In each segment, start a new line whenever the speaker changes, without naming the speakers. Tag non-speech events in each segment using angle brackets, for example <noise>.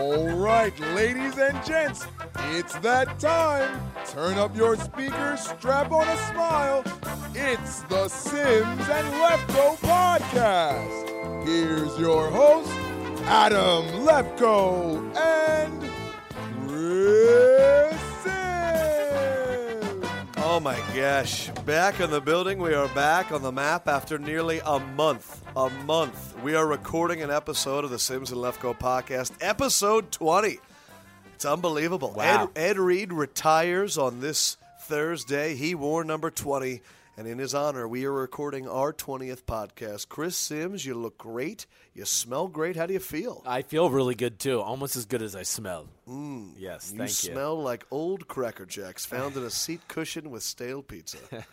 right, ladies and gents, it's that time. Turn up your speakers, strap on a smile. It's the Sims and Lefko podcast. Here's your host, Adam Lefko and Chris Sims.
Oh my gosh. Back in the building. We are back on the map after nearly a month. A month. We are recording an episode of the Sims and Lefko podcast, episode 20. It's unbelievable.
Wow.
Ed, Ed Reed retires on this Thursday. He wore number 20. And in his honor, we are recording our 20th podcast. Chris Sims, you look great. You smell great. How do you feel?
I feel really good too, almost as good as I smelled. yes,
You
thank
smell like old Cracker Jacks found in a seat cushion with stale pizza. <laughs>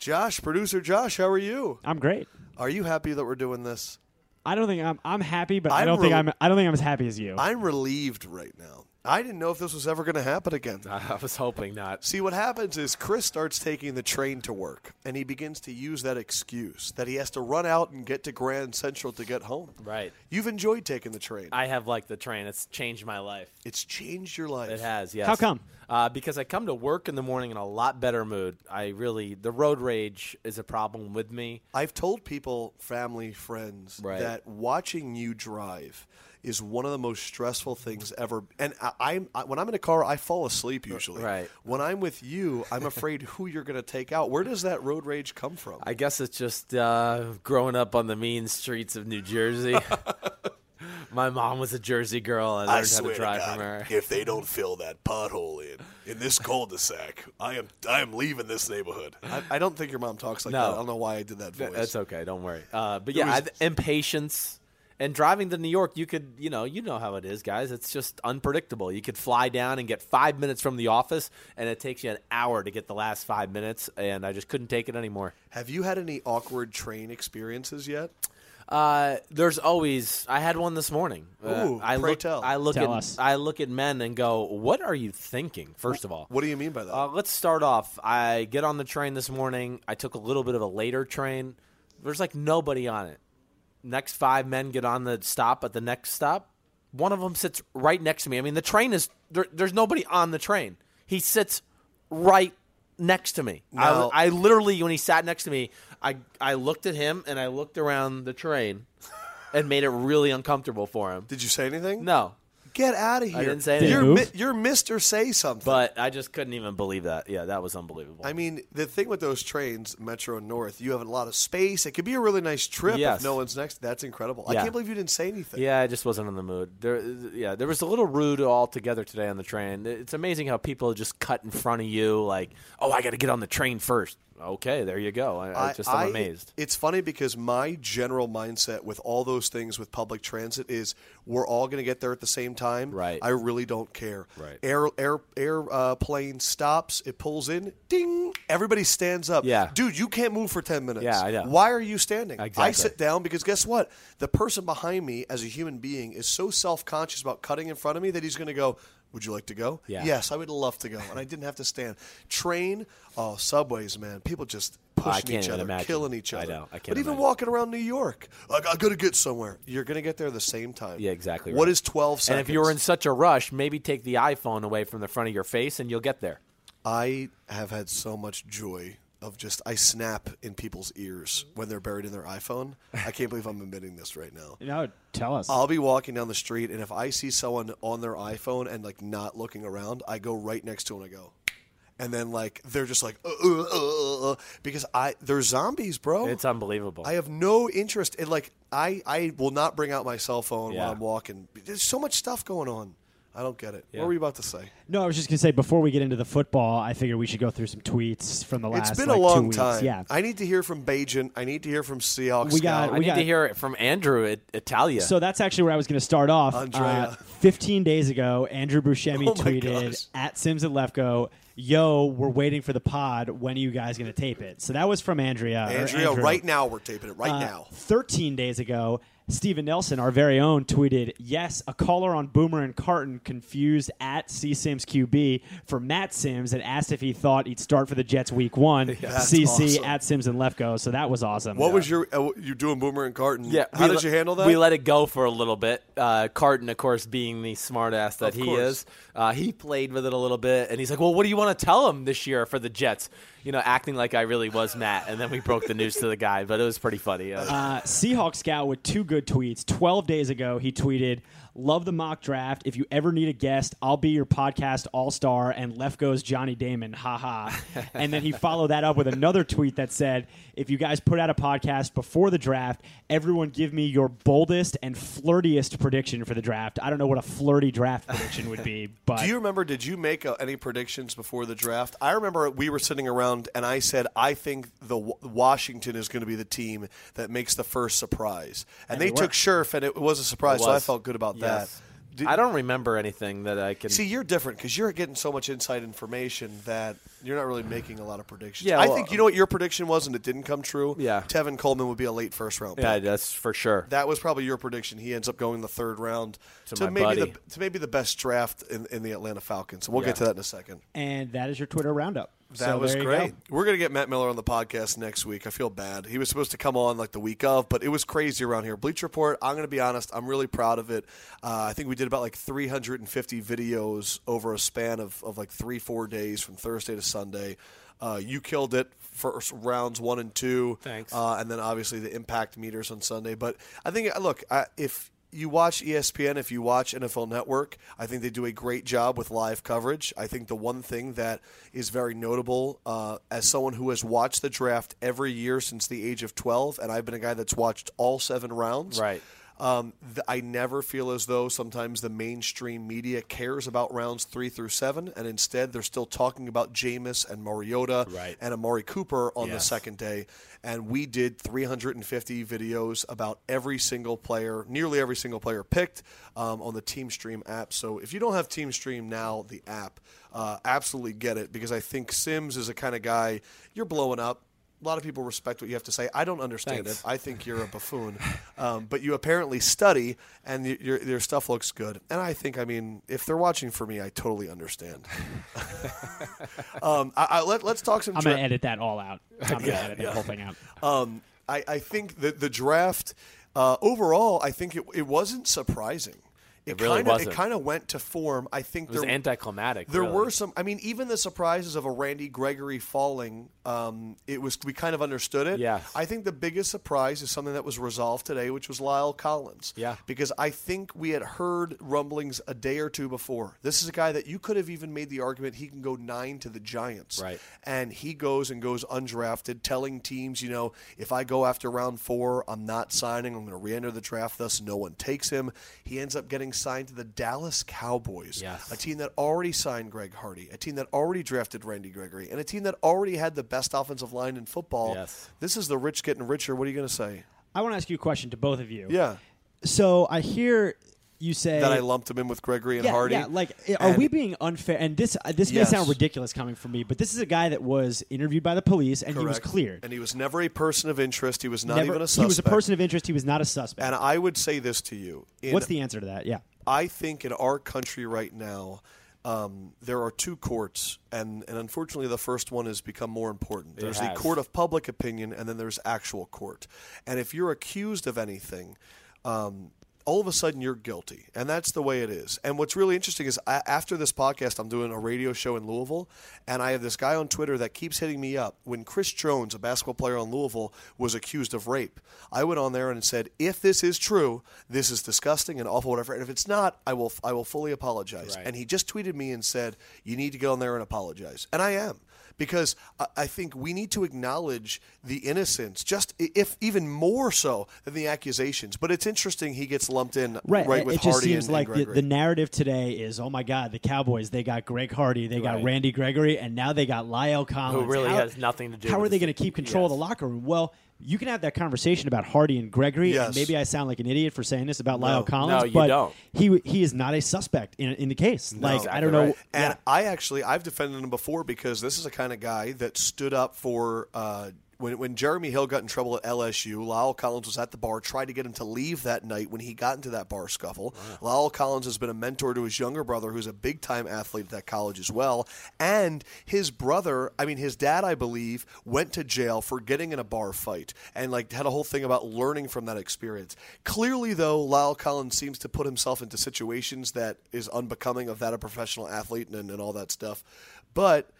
Josh, producer Josh, how are you?
I'm great.
Are you happy that we're doing this?
I don't think I'm. I'm happy, but I'm I
I'm
do not think
rel-
I'm. I don't think I'm as happy as you.
I'm relieved right now. I didn't know if this was ever going to happen again.
you. <laughs> I was hoping not.
See, what happens is Chris starts taking the train to work, and he begins to use that excuse that he has to run out and get to Grand Central to get home.
Right.
You've enjoyed taking the train.
I have liked the train. It's changed my life.
it's changed your life.
It has, yes.
How come?
Uh, because I come to work in the morning in a lot better mood. I really, the road rage is a problem with me.
I've told people, family, friends,
Right.
that watching you drive is one of the most stressful things ever. And I, I'm I, when I'm in a car, I fall asleep usually.
Right.
When I'm with you, I'm afraid who you're going to take out. Where does that road rage come from?
I guess it's just uh, growing up on the mean streets of New Jersey. my mom was a Jersey girl. I learned how to drive from her.
if they don't fill that pothole in in this cul-de-sac, I am I am leaving this neighborhood.
I, I don't think your mom talks like
No.
that. I don't know why I did that voice.
That's okay. Don't worry. Uh, but yeah, I, impatience and driving to New York. You could, you know, you know how it is, guys. It's just unpredictable. You could fly down and get five minutes from the office, and it takes you an hour to get the last five minutes. And I just couldn't take it anymore.
Have you had any awkward train experiences yet?
Uh, there's always. I had one this morning. Uh,
Ooh,
I
pray
look,
tell.
I look
Tell
at.
us.
I look at men and go, "What are you thinking?" First of all,
What do you mean by that?
Uh, let's start off. I get on the train this morning. I took a little bit of a later train. There's like nobody on it. Next five men get on the stop at the next stop. One of them sits right next to me. I mean, the train is there, there's nobody on the train. He sits right next to me.
Now-
I, I literally, when he sat next to me, I I looked at him and I looked around the train, and made it really uncomfortable for him.
did you say anything?
No,
Get out of here.
didn't say anything.
You're,
Did he
mi-
move?
you're Mr. Say Something.
but I just couldn't even believe that. Yeah, that was unbelievable.
I mean, the thing with those trains, Metro and North, you have a lot of space. It could be a really nice trip
Yes.
if no one's next. That's incredible. I
Yeah.
can't believe you didn't say anything.
Yeah, I just wasn't in the mood. There, yeah, there was a little rude altogether today on the train. It's amazing how people just cut in front of you, like, "Oh, I got to get on the train first. Okay, there you go. I, I, just am amazed.
It's funny because my general mindset with all those things with public transit is we're all going to get there at the same time.
Right.
I really don't care.
Right.
Air air airplane stops. It pulls in. Ding. Everybody stands up.
Yeah.
Dude, you can't move for ten minutes.
Yeah, I know.
Why are you standing? I
Exactly.
sit down because guess what? The person behind me, as a human being, is so self conscious about cutting in front of me that he's going to go. Would you like to go?
Yeah.
Yes, I would love to go, and I didn't have to stand. Train, oh, subways, man. People just
I
pushing
can't
each
even
other,
imagine.
killing each
I
other.
know. I can't
But even
imagine.
walking around New York, I, I gotta get somewhere. You're gonna get there the same time.
Yeah, exactly
What
right.
is twelve seconds?
And if you were in such a rush, maybe take the iPhone away from the front of your face, and you'll get there.
I have had so much joy of just I snap in people's ears when they're buried in their iPhone. I can't believe I'm admitting this right now.
no, tell us.
I'll be walking down the street, and if I see someone on their iPhone and like not looking around, I go right next to them. and I go, and then like they're just like uh, uh, uh, uh, uh, because I they're zombies, bro.
It's unbelievable.
I have no interest in like I I will not bring out my cell phone
Yeah.
while I'm walking. There's so much stuff going on. I don't get it. What were you about to say?
no, I was just gonna say before we get into the football, I figured we should go through some tweets from the last.
it's been
like,
a
two
long
weeks.
time.
Yeah,
I need to hear from Bajan. I need to hear from Seahawks.
We got-
Scout.
I
we
need to hear it from Andrew at Italia.
So that's actually where I was going to start off.
Andrea.
15 days ago, Andrew Buscemi
Oh my gosh.
tweeted at Sims and Lefko, "Yo, we're waiting for the pod. When are you guys going to tape it?" So that was from Andrea. or
Andrea,
Andrew.
right now we're taping it right
Uh,
now.
13 Uh, days ago, Steven Nelson, our very own, tweeted, Yes, a caller on Boomer and Carton confused at C Sims QB for Matt Sims and asked if he thought he'd start for the Jets week
<laughs>
one.
that's
CC
awesome.
at Sims and Lefko. So that was awesome.
What was your uh, you doing Boomer and Carton?
Yeah.
How
we
did
le-
you handle that?
We let it go for a little bit. Uh, Carton, of course, being the smartass that
Of
he
course.
is, uh, he played with it a little bit, and he's like, "Well, what do you want to tell him this year for the Jets?" You know, acting like I really was Matt, and then we broke the news to the guy, but it was pretty funny. Uh,
Uh, Seahawk Scout with two good tweets. 12 days ago, he tweeted, Love the mock draft. If you ever need a guest, I'll be your podcast all star. And left goes Johnny Damon. Ha ha.
<laughs>
and then he followed that up with another tweet that said, If you guys put out a podcast before the draft, everyone give me your boldest and flirtiest prediction for the draft. I don't know what a flirty draft prediction
<laughs>
would be, but.
Do you remember? Did you make uh, any predictions before the draft? I remember we were sitting around, and I said, "I think the W- Washington is going to be the team that makes the first surprise." And, they
they were.
took Scherf, and it was a surprise, so I
was.
felt good about
Yes.
that. Did-
I don't remember anything that I can.
see. You're different because you're getting so much inside information that you're not really making a lot of predictions.
Yeah,
I
well-
think you know what your prediction was, and it didn't come true.
Yeah.
Tevin Coleman would be a late first round.
yeah,
pick.
that's for sure.
That was probably your prediction. He ends up going in the third round to,
my
maybe
buddy.
the to maybe the best draft in, in the Atlanta Falcons. We'll
Yeah.
get to that in a second.
and that is your Twitter roundup.
That
So
was
there you
great.
go.
We're gonna get Matt Miller on the podcast next week. I feel bad. He was supposed to come on like the week of, but it was crazy around here. Bleach Report. I'm gonna be honest. I'm really proud of it. Uh, I think we did about like 350 videos over a span of, of like three four days from Thursday to Sunday. Uh, you killed it. First rounds one and two.
Thanks.
Uh, and then obviously the impact meters on Sunday. But I think look I, if you watch E ESPN, if you watch NFL Network, I think they do a great job with live coverage. I think the one thing that is very notable uh, as someone who has watched the draft every year since the age of 12, and I've been a guy that's watched all seven rounds.
Right.
Um, th- I never feel as though sometimes the mainstream media cares about rounds three through seven, and instead they're still talking about Jameis and Mariota
Right.
and Amari Cooper on the
Yes.
second day. And we did 350 videos about every single player, nearly every single player picked um, on the Team Stream app. So if you don't have Team Stream now, the app, uh, absolutely get it because I think Sims is a kind of guy, you're blowing up. A lot of people respect what you have to say. I don't understand
Thanks.
it. I think you're a buffoon, um, but you apparently study, and y- your your stuff looks good. And I think, I mean, if they're watching for me, I totally understand. <laughs> um, I, I, let, let's talk some.
I'm
dra-
going to edit that all out. I'm
<laughs>
going to edit that whole thing out.
um, I, I think that the draft uh, overall, I think it, it wasn't surprising. It,
really
kinda,
wasn't.
It kind of went to form. I think
It was
there,
anticlimactic.
there
really.
were some. I mean, even the surprises of a Randy Gregory falling, um, it was we kind of understood it.
Yes.
I think the biggest surprise is something that was resolved today, which was Lyle Collins.
Yeah.
Because I think we had heard rumblings a day or two before. This is a guy that you could have even made the argument he can go nine to the Giants.
Right.
And he goes and goes undrafted, telling teams, you know, if I go after round four, I'm not signing. I'm going to re-enter the draft. Thus, no one takes him. He ends up getting signed to the Dallas Cowboys
Yes.
a team that already signed Greg Hardy, a team that already drafted Randy Gregory, and a team that already had the best offensive line in football.
Yes.
This is the rich getting richer. What are you going to say?
I want to ask you a question to both of you.
Yeah.
So I hear you say
That I lumped him in with Gregory and
Eh, yeah,
Hardy.
Yeah, like eh, are
And-
we being unfair? And this uh, this
Yes.
may sound ridiculous coming from me, but this is a guy that was interviewed by the police and he was
Correct.
cleared.
And he was never a person of interest. He was not
Never-
even a
He
suspect.
was a person of interest. He was not a suspect.
and I would say this to you. In
What's the answer to that? Yeah.
I think in our country right now, um, there are two courts, and, and unfortunately, the first one has become more important. There's the
has.
court of public opinion, and then there's actual court. And if you're accused of anything, um, all of a sudden you're guilty, and that's the way it is. And what's really interesting is I, after this podcast, I'm doing a radio show in Louisville, and I have this guy on Twitter that keeps hitting me up. When Chris Jones, a basketball player on Louisville, was accused of rape, I went on there and said, "If this is true, this is disgusting and awful, whatever. And if it's not, I will, I will fully apologize."
Right.
And he just tweeted me and said, "You need to go on there and apologize," and I am. Because I- I think we need to acknowledge the innocence, just i- if even more so than the accusations. But it's interesting he gets lumped in
Right.
right
it
with
it just
Hardy
seems
and,
like
and
the,
Gregory.
the narrative today is, oh my God, the Cowboys, they got Greg Hardy, they got
Right.
Randy Gregory, and now they got Lyle Collins.
really
How-
has nothing to do
How are
with
they
the-
going to keep control of the
Yes.
locker room? Well, you can have that conversation about Hardy and Gregory.
Yes.
And maybe I sound like an idiot for saying this about Lyle
No,
Collins,
you
but
don't.
he he is not a suspect in, in the case. like I
Exactly
don't know.
right.
and I actually I've defended him before because this is a kind of guy that stood up for uh, when, when Jeremy Hill got in trouble at LSU, Lyle Collins was at the bar, tried to get him to leave that night when he got into that bar scuffle. Lyle Collins has been a mentor to his younger brother, who's a big time athlete at that college as well. And his brother, I mean, his dad, I believe, went to jail for getting in a bar fight and like had a whole thing about learning from that experience. Clearly, though, Lyle Collins seems to put himself into situations that is unbecoming of that a professional athlete and, and all that stuff. But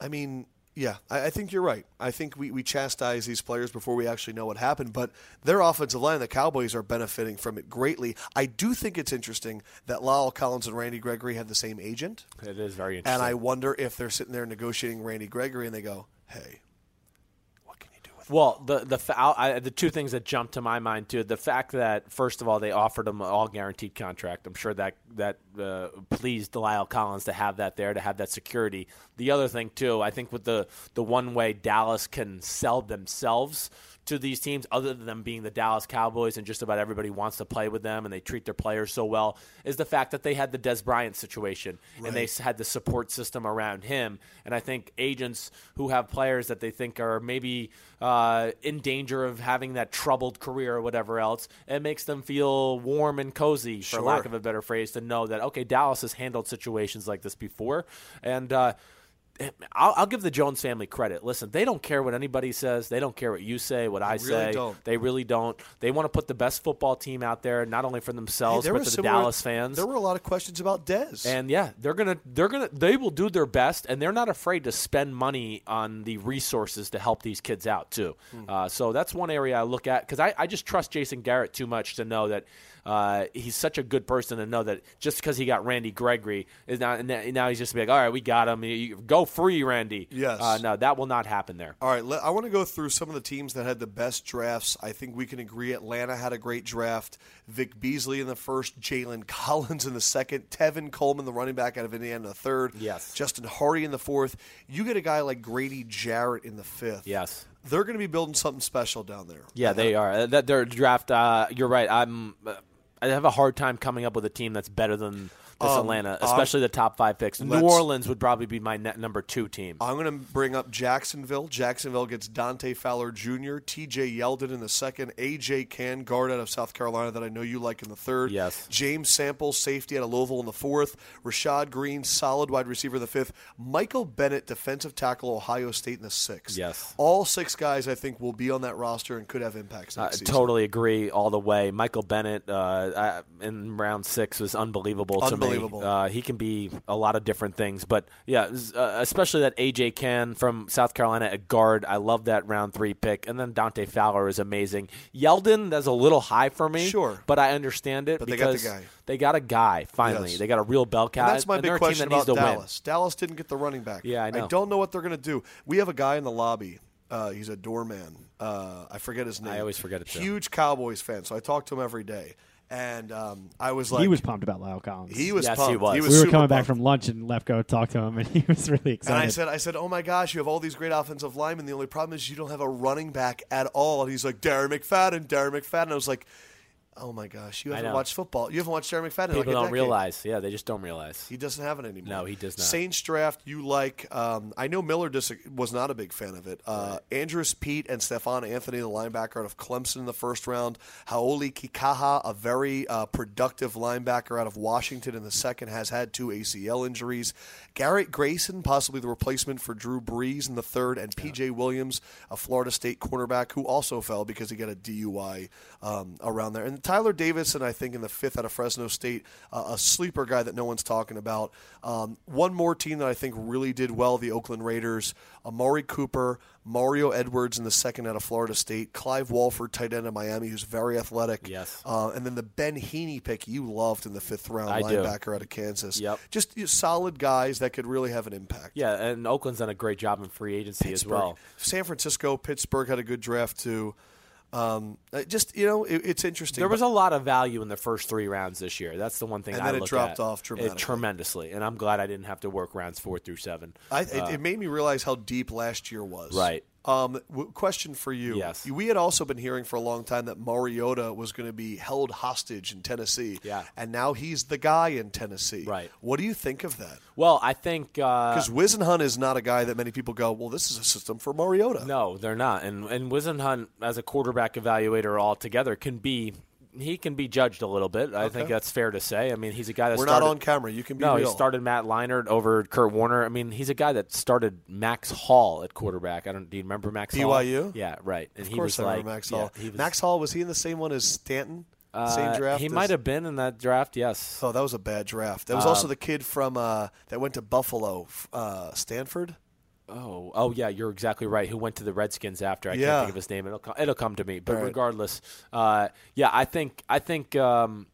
I mean, yeah, I, I think you're right. I think we, we chastise these players before we actually know what happened, but their offensive line, the Cowboys, are benefiting from it greatly. I do think it's interesting that Lyle Collins and Randy Gregory have the same agent,
It is
and
very interesting.
I wonder if they're sitting there negotiating Randy Gregory and they go, hey, what can you do with
Well, the the fa- I, I- the two things that jumped to my mind too: the fact that first of all they offered him an all guaranteed contract. I'm sure that that uh, pleased Lyle Collins to have that there, to have that security. The other thing too, I think with the the one way Dallas can sell themselves to these teams, other than them being the Dallas Cowboys and just about everybody wants to play with them and they treat their players so well, is the fact that they had the Des Bryant situation and they s- had the support system around him. And I think agents who have players that they think are maybe uh, in danger of having that troubled career or whatever else, it makes them feel warm and cozy, for lack of a better phrase, to know that, okay, Dallas has handled situations like this before. And, uh, I'll, I'll give the Jones family credit. Listen, they don't care what anybody says. They don't care what you say, what I say.
don't.
They really don't. They want to put the best football team out there, not only for
Hey,
themselves
there
but
were
for the
similar-
Dallas fans.
There were a lot of questions about Dez.
and yeah, they're gonna, they're gonna, they will do their best, and they're not afraid to spend money on the resources to help these kids out too.
Hmm.
Uh, so that's one area I look at because I, I just trust Jason Garrett too much to know that uh, he's such a good person to know that just because he got Randy Gregory is not now he's just like, all right, we got him. You- you- go free, Randy.
Yes.
Uh, no, that will not happen there.
All right, let, I want to go through some of the teams that had the best drafts. I think we can agree Atlanta had a great draft. Vic Beasley in the first, Jalen <laughs> Collins in the second, Tevin Coleman, the running back out of Indiana, in the third.
Yes.
Justin Hardy in the fourth. You get a guy like Grady Jarrett in the fifth.
Yes.
They're going to be building something special down there.
Yeah, they are. Uh, That their draft. Uh, you're right. I'm. Uh, I have a hard time coming up with a team that's better than this Atlanta, especially the top five picks. New
let's-
Orleans would probably be my net number two team.
I'm going to bring up Jacksonville. Jacksonville gets Dante Fowler Jr., TJ Yeldon in the second, AJ Can, guard out of South Carolina that I know you like in the third.
Yes.
James Sample, safety out of Louisville in the fourth. Rashad Green, solid wide receiver in the fifth. Michael Bennett, defensive tackle, Ohio State in the sixth.
Yes.
All six guys, I think, will be on that roster and could have impacts
I
next season.
totally agree all the way. Michael Bennett uh, I, in round six was unbelievable.
Unbelievable.
To me. Uh, he can be a lot of different things, but yeah, s- uh, especially that AJ Can from South Carolina at guard. I love that round three pick, and then Dante Fowler is amazing. Yeldon, that's a little high for me,
Sure.
but I understand it
But they got the
because
guy.
they got a guy finally.
Yes.
They got a real bell cow.
And that's my
Uh, and they're
big
a team
question
that needs
about
to win.
Dallas. Dallas didn't get the running back.
Yeah, I know.
don't know what they're going to do. We have a guy in the lobby. Uh, he's a doorman. Uh, I forget his name.
always forget it, too.
Huge Cowboys fan, so I talk to him every day. And um, I was like,
he was pumped about Lyle Collins.
he was
Yes, he
pumped.
was.
we were
super
coming back
pumped.
from lunch and Lefko talked to him, and he was really excited.
And I said, I said, oh my gosh, you have all these great offensive linemen. The only problem is you don't have a running back at all. And he's like, Darren McFadden, Darren McFadden. I was like, oh my gosh, you haven't
know.
watched football. You haven't watched Darren McFadden. in like a
People don't
decade.
realize. Yeah, they just don't realize.
He doesn't have it anymore.
No, he does not.
Saints draft you like. Um, I know Miller dis- was not a big fan of it. Uh, Andrews Pete and Stefan Anthony, the linebacker out of Clemson in the first round. Haoli Kikaha, a very uh, productive linebacker out of Washington in the second, has had two ACL injuries. Garrett Grayson, possibly the replacement for Drew Brees in the third, and PJ Williams, a Florida State cornerback who also fell because he got a DUI um, around there. And Tyler Davidson, I think, in the fifth out of Fresno State, uh, a sleeper guy that no one's talking about. Um, one more team that I think really did well the Oakland Raiders, Amari Cooper, Mario Edwards in the second out of Florida State, Clive Walford, tight end of Miami, who's very athletic.
Yes.
Uh, and then the Ben Heaney pick you loved in the fifth round,
I do.
linebacker out of Kansas.
Yep.
Just you know, solid guys that could really have an impact.
Yeah, and Oakland's done a great job in free agency as well.
San Francisco, Pittsburgh had a good draft too. Um, uh, just you know, it, it's interesting.
There was a lot of value in the first three rounds this year. That's the one thing
And
I
then it
look
dropped
at.
off
It
dramatically.
tremendously, and I'm glad I didn't have to work rounds four through seven.
I, it, it made me realize how deep last year was.
Uh. Right.
Um, w- question for you.
Yes.
We had also been hearing for a long time that Mariota was going to be held hostage in Tennessee.
Yeah.
And now he's the guy in Tennessee.
Right.
What do you think of that?
Well, I think uh,
Because Wisenhunt is not a guy that many people go, well, this is a system for Mariota.
No, they're not. And and Wisenhunt as a quarterback evaluator altogether can be he can be judged a little bit. I think that's fair to say. I mean, he's a guy that
We're
started,
not on camera. You can be
No,
real.
he started Matt Leinart over Kurt Warner. I mean, he's a guy that started Max Hall at quarterback. I don't. Do you remember Max Hall?
BYU?
Yeah, right. And
Of
he
course,
was
I
like
remember Max
yeah,
Hall.
he was-
Max Hall was he in the same one as Stanton? same
uh,
draft.
He
as-
might have been in that draft. Yes.
Oh, that was a bad draft. That was also the kid from uh, that went to Buffalo, f- uh, Stanford.
Oh, oh yeah, you're exactly right. Who went to the Redskins after? I
Yeah.
can't think of his name. It'll come, it'll come to me. But
Right.
regardless, uh, yeah, I think I think um,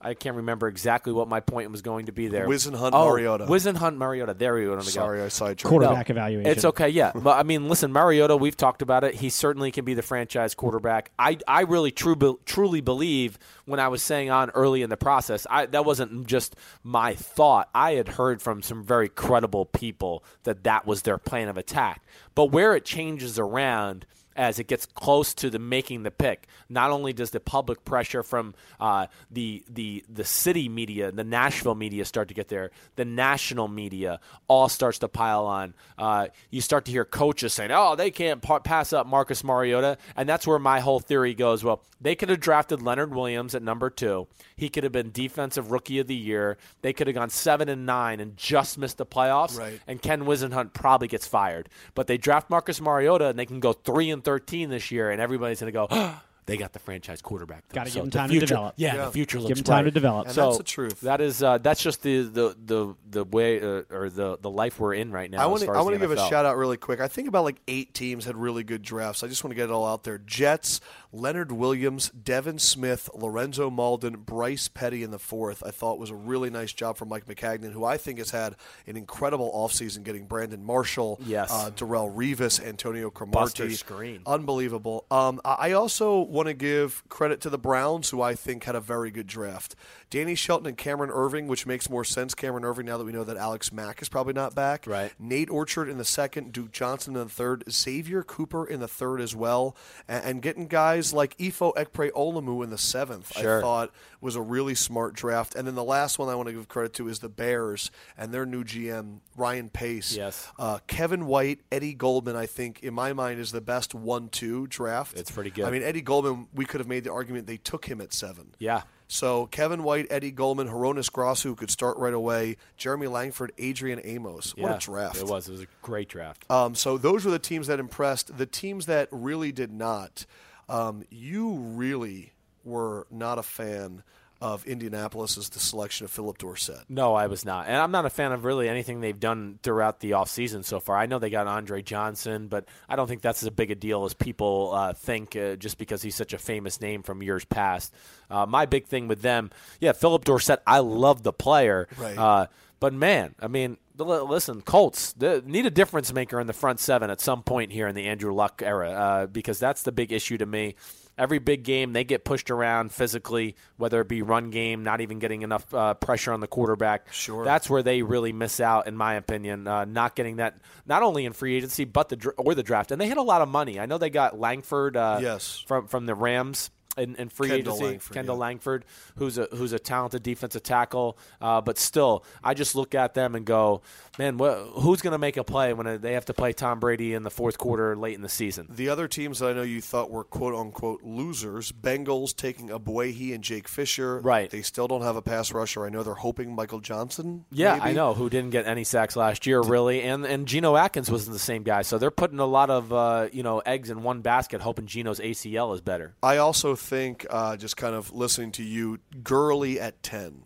I can't remember exactly what my point was going to be there.
Wisenhunt,
oh,
Mariota.
Wisenhunt Mariota. There we go.
Sorry, I sidetracked.
No,
Quarterback evaluation.
It's okay, yeah. But I mean, listen, Mariota. We've talked about it. He certainly can be the franchise quarterback. I I really true be, truly believe when I was saying on early in the process, I that wasn't just my thought. I had heard from some very credible people that that was their plan of attack. But where it changes around as it gets close to the making the pick. Not only does the public pressure from uh, the the the city media, the Nashville media start to get there, the national media all starts to pile on. Uh, you start to hear coaches saying, "Oh, they can't pa- pass up Marcus Mariota," and that's where my whole theory goes. Well, they could have drafted Leonard Williams at number two. He could have been defensive rookie of the year. They could have gone seven and nine and just missed the playoffs
Right.
and Ken Wisenhunt probably gets fired. But they draft Marcus Mariota, and they can go three and thirteen this year, and everybody's going to go. <gasps> they got the franchise quarterback. though."
Gotta give
So
him
the
time to
future-
develop.
Yeah, the future looks
him time to
bright.
develop. And
that's the truth.
That is uh, that's just the the the, the way uh, or the the life we're in right now.
I
want to
I want to give a
NFL.
shout out really quick. I think about like eight teams had really good drafts. I just want to get it all out there. Jets, Leonard Williams, Devin Smith, Lorenzo Malden, Bryce Petty in the fourth. I thought was a really nice job for Mike McCagnon, who I think has had an incredible offseason getting Brandon Marshall,
Yes.
uh, Darrell Revis, Antonio Cromartie.
Buster Screen.
Unbelievable. Um, I I also want to give credit to the Browns, who I think had a very good draft. Danny Shelton and Cameron Irving, which makes more sense. Cameron Irving, now that we know that Alex Mack is probably not back.
Right.
Nate Orchard in the second, Duke Johnson in the third, Xavier Cooper in the third as well, a- and, getting guys like Ifo Ekpre Olamu in the seventh. I
Sure.
thought was a really smart draft. And then the last one I want to give credit to is the Bears and their new GM Ryan Pace.
Yes.
Uh, Kevin White, Eddie Goldman, I think, in my mind, is the best one-two draft.
It's pretty good.
I mean, Eddie Goldman, we could have made the argument they took him at seven.
Yeah.
So Kevin White, Eddie Goldman, Horonis Gross, who could start right away, Jeremy Langford, Adrian Amos. What
Yeah,
a draft!
It was. It was a great draft.
Um, so those were the teams that impressed. The teams that really did not. Um, you really were not a fan of Indianapolis as the selection of Philip Dorsett.
No, I was not. And I'm not a fan of really anything they've done throughout the offseason so far. I know they got Andre Johnson, but I don't think that's as big a deal as people uh, think uh, just because he's such a famous name from years past. Uh, my big thing with them, yeah, Philip Dorsett, I love the player.
Right.
Uh, but man, I mean, l- listen, Colts they need a difference maker in the front seven at some point here in the Andrew Luck era uh, because that's the big issue to me. Every big game, they get pushed around physically, whether it be run game, not even getting enough uh, pressure on the quarterback.
Sure.
that's where they really miss out, in my opinion. Uh, not getting that, not only in free agency, but the dr- or the draft, and they had a lot of money. I know they got Langford, uh,
Yes.
from from the Rams in, in free
Kendall
agency,
Langford,
Kendall
yeah.
Langford, who's a who's a talented defensive tackle. Uh, but still, I just look at them and go, man, wh- who's going to make a play when they have to play Tom Brady in the fourth quarter late in the season?
The other teams that I know you thought were quote unquote losers, Bengals taking Abuehi and Jake Fisher.
Right.
They still don't have a pass rusher. I know they're hoping Michael Johnson.
Yeah,
maybe.
I know who didn't get any sacks last year, really, and and Geno Atkins wasn't the same guy. So they're putting a lot of uh, you know eggs in one basket, hoping Geno's ACL is better.
I also think uh, just kind of listening to you, Gurley at ten,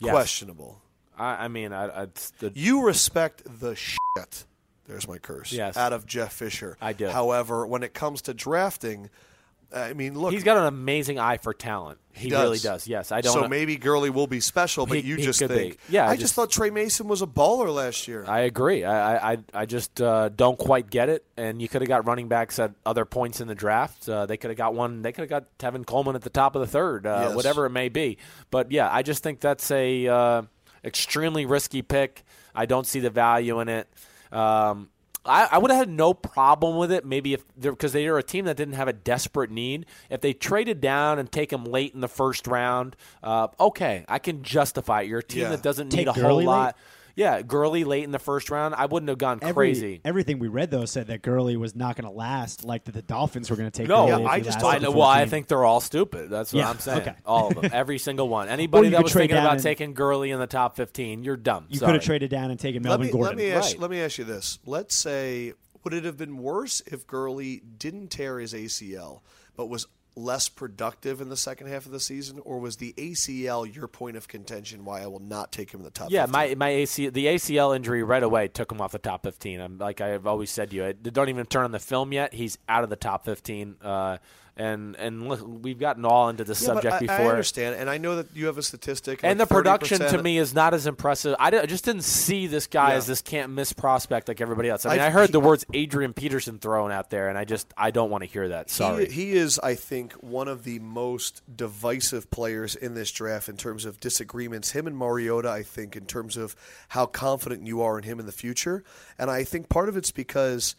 Yes.
questionable.
I, I mean, I, I, it's the,
You respect the shit. There's my curse.
Yes.
Out of Jeff Fisher.
I do.
However, when it comes to drafting, I mean, look,
he's got an amazing eye for talent. He, really does. Yes, I don't.
So
know-
maybe Gurley will be special, but
He-
you
he
just
could be.
think.
Yeah,
I,
I
just,
just-
thought Trey Mason was a baller last year.
I agree. I I, I, I just uh, don't quite get it. And you could have got running backs at other points in the draft. Uh, they could have got one. They could have got Tevin Coleman at the top of the third, uh,
Yes.
whatever it may be. But yeah, I just think that's a uh, extremely risky pick. I don't see the value in it. Um, I, I would have had no problem with it. Maybe if because they are a team that didn't have a desperate need. If they traded down and take him late in the first round, uh, okay, I can justify it. You're a team
Yeah.
that doesn't
Take
need a whole
Gurley late?
lot. Yeah, Gurley late in the first round, I wouldn't have gone
Every-
crazy.
Everything we read though said that Gurley was not going to last. Like that the Dolphins were going to take.
No,
Gurley if
I
he
just
lasted
I
to
know. Well, I
14.
think they're all stupid. That's what
Yeah,
I'm saying.
okay.
All of them, every single one. Anybody
you
that
could
was
trade
thinking
down
about
and-
taking Gurley in the top 15, you're dumb.
you
Sorry.
could have traded down and taken
Let
Melvin
me, let
Gordon.
me ask
Right.
let me ask you this. Let's say would it have been worse if Gurley didn't tear his ACL but was less productive in the second half of the season, or was the ACL your point of contention why I will not take him in the top?
Yeah,
15?
my my AC the ACL injury right away took him off the top 15. I'm like I've always said to you, I don't even turn on the film yet. He's out of the top 15. Uh, and and look, we've gotten all into this
Yeah, but
subject
I- I,
before.
understand, and I know that you have a statistic.
and
like
the production
30%
to me is not as impressive. I, di- I just didn't see this guy
Yeah.
as this can't miss prospect like everybody else. I mean,
I-
I, heard
he-
the words Adrian Peterson thrown out there, and I just I don't want to hear that. Sorry.
He, he is, I think, one of the most divisive players in this draft in terms of disagreements. Him and Mariota, I think, in terms of how confident you are in him in the future. And I think part of it's because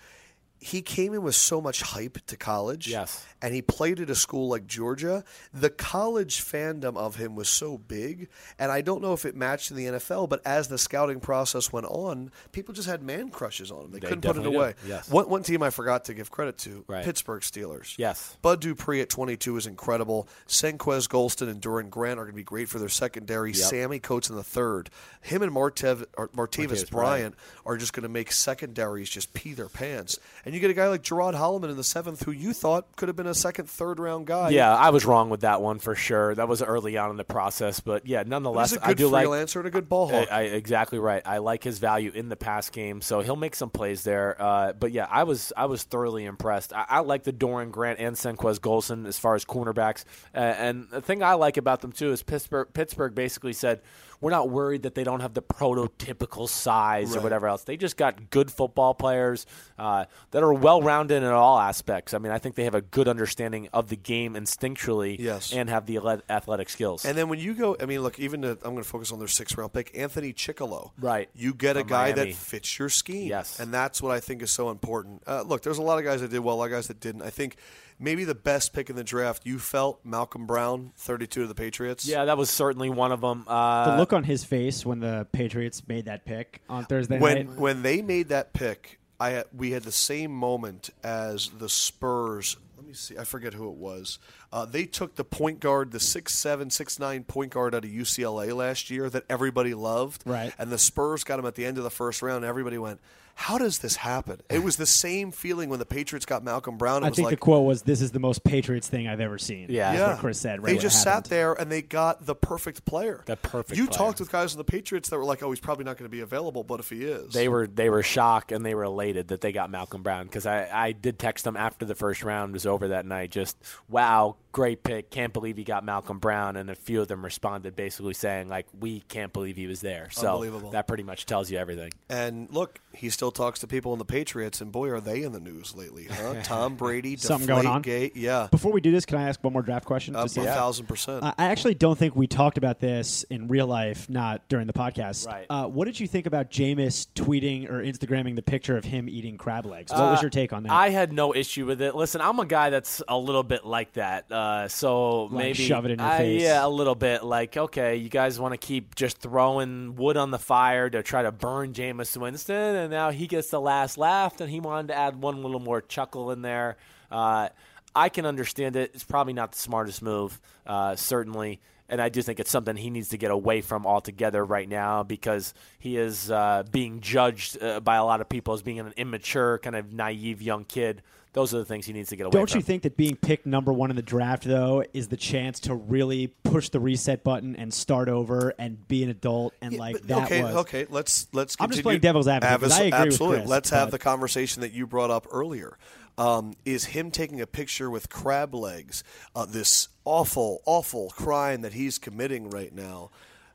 he came in with so much hype to college.
Yes.
And he played at a school like Georgia. The college fandom of him was so big. And I don't know if it matched in the NFL, but as the scouting process went on, people just had man crushes on him. They, couldn't put it
definitely do.
away.
Yes.
One, one team I forgot to give credit to
Right.
Pittsburgh Steelers.
Yes.
Bud Dupree at 22 is incredible. Senquez Golston and Duran Grant are going to be great for their secondary. Sammy Coates in the third. Him and Martev, or Martavis,
Martavis
Bryant are just going to make secondaries just pee their pants. And you get a guy like Gerard Holloman in the seventh who you thought could have been a second, third round guy.
yeah, I was wrong with that one for sure. That was early on in the process, but yeah,
But
nonetheless,
He's a
I
good
do like
freelancer and a good ball hawk.
I, I, exactly right. I like his value in the pass game, so he'll make some plays there. Uh, but yeah, I was I was thoroughly impressed. I, I like the Doran Grant and Senquez Golson as far as cornerbacks. Uh, and the thing I like about them too is Pittsburgh. Pittsburgh basically said we're not worried that they don't have the prototypical size or
Right.
whatever else. They just got good football players uh, that are well rounded in all aspects. I mean, I think they have a good understanding of the game instinctually,
Yes.
and have the ale- athletic skills.
And then when you go, I mean, look, even to, I'm going to focus on their sixth round pick, Anthony Chicolo.
Right.
You get a
From
guy
Miami.
that fits your scheme.
Yes.
And that's what I think is so important. Uh, look, there's a lot of guys that did well, a lot of guys that didn't. I think maybe the best pick in the draft you felt, Malcolm Brown, 32 to the Patriots.
yeah, that was certainly one of them.
the
Uh,
look on his face when the Patriots made that pick on Thursday
When,
night.
when they made that pick, I had, we had the same moment as the Spurs. Let me see. I forget who it was. Uh, they took the point guard, the six seven, six nine point guard out of UCLA last year that everybody loved.
Right.
And the Spurs got him at the end of the first round. And everybody went, "How does this happen?" It was the same feeling when the Patriots got Malcolm Brown. It
I
was
think
like,
the quote was, "This is the most Patriots thing I've ever seen."
Yeah.
That's
yeah,
what Chris said. Right
they
when it
just
happened.
sat there and they got the perfect player.
The perfect
You
player.
talked with guys on the Patriots that were like, "Oh, he's probably not going to be available, but if he is,
they were they were shocked and they were elated that they got Malcolm Brown because I, I did text them after the first round was over that night just wow great pick can't believe you got Malcolm Brown and a few of them responded basically saying like we can't believe he was there so
Unbelievable.
that pretty much tells you everything
And look, he still talks to people in the Patriots, and boy, are they in the news lately,
<laughs>
huh? Tom Brady,
Something going on?
Deflategate, yeah,
Before we do this, can I ask one more draft question?
up
Just-
one thousand percent.
Uh, I actually don't think we talked about this in real life, not during the podcast.
Right.
Uh, what did you think about Jameis tweeting or Instagramming the picture of him eating crab legs? What was
Uh,
your take on that?
I had no issue with it. Listen, I'm a guy that's a little bit like that. Uh, so maybe
shove it in your
I-
face.
Yeah, a little bit. Like, okay, you guys want to keep just throwing wood on the fire to try to burn Jameis Winston, and now he gets the last laugh, and he wanted to add one little more chuckle in there. Uh, I can understand it. It's probably not the smartest move, uh, certainly. And I do think it's something he needs to get away from altogether right now because he is uh, being judged uh, by a lot of people as being an immature, kind of naive young kid. Those are the things he needs to get away
Don't
from.
you think that being picked number one in the draft, though, is the chance to really push the reset button and start over and be an adult and like
But-
that
okay,
was?
okay. Let's let's.
I'm just
continue.
playing devil's advocate, but I agree with
absolutely.
Chris,
let's have
but-
the conversation that you brought up earlier. Um, is him taking a picture with crab legs? Uh, this awful, awful crime that he's committing right now.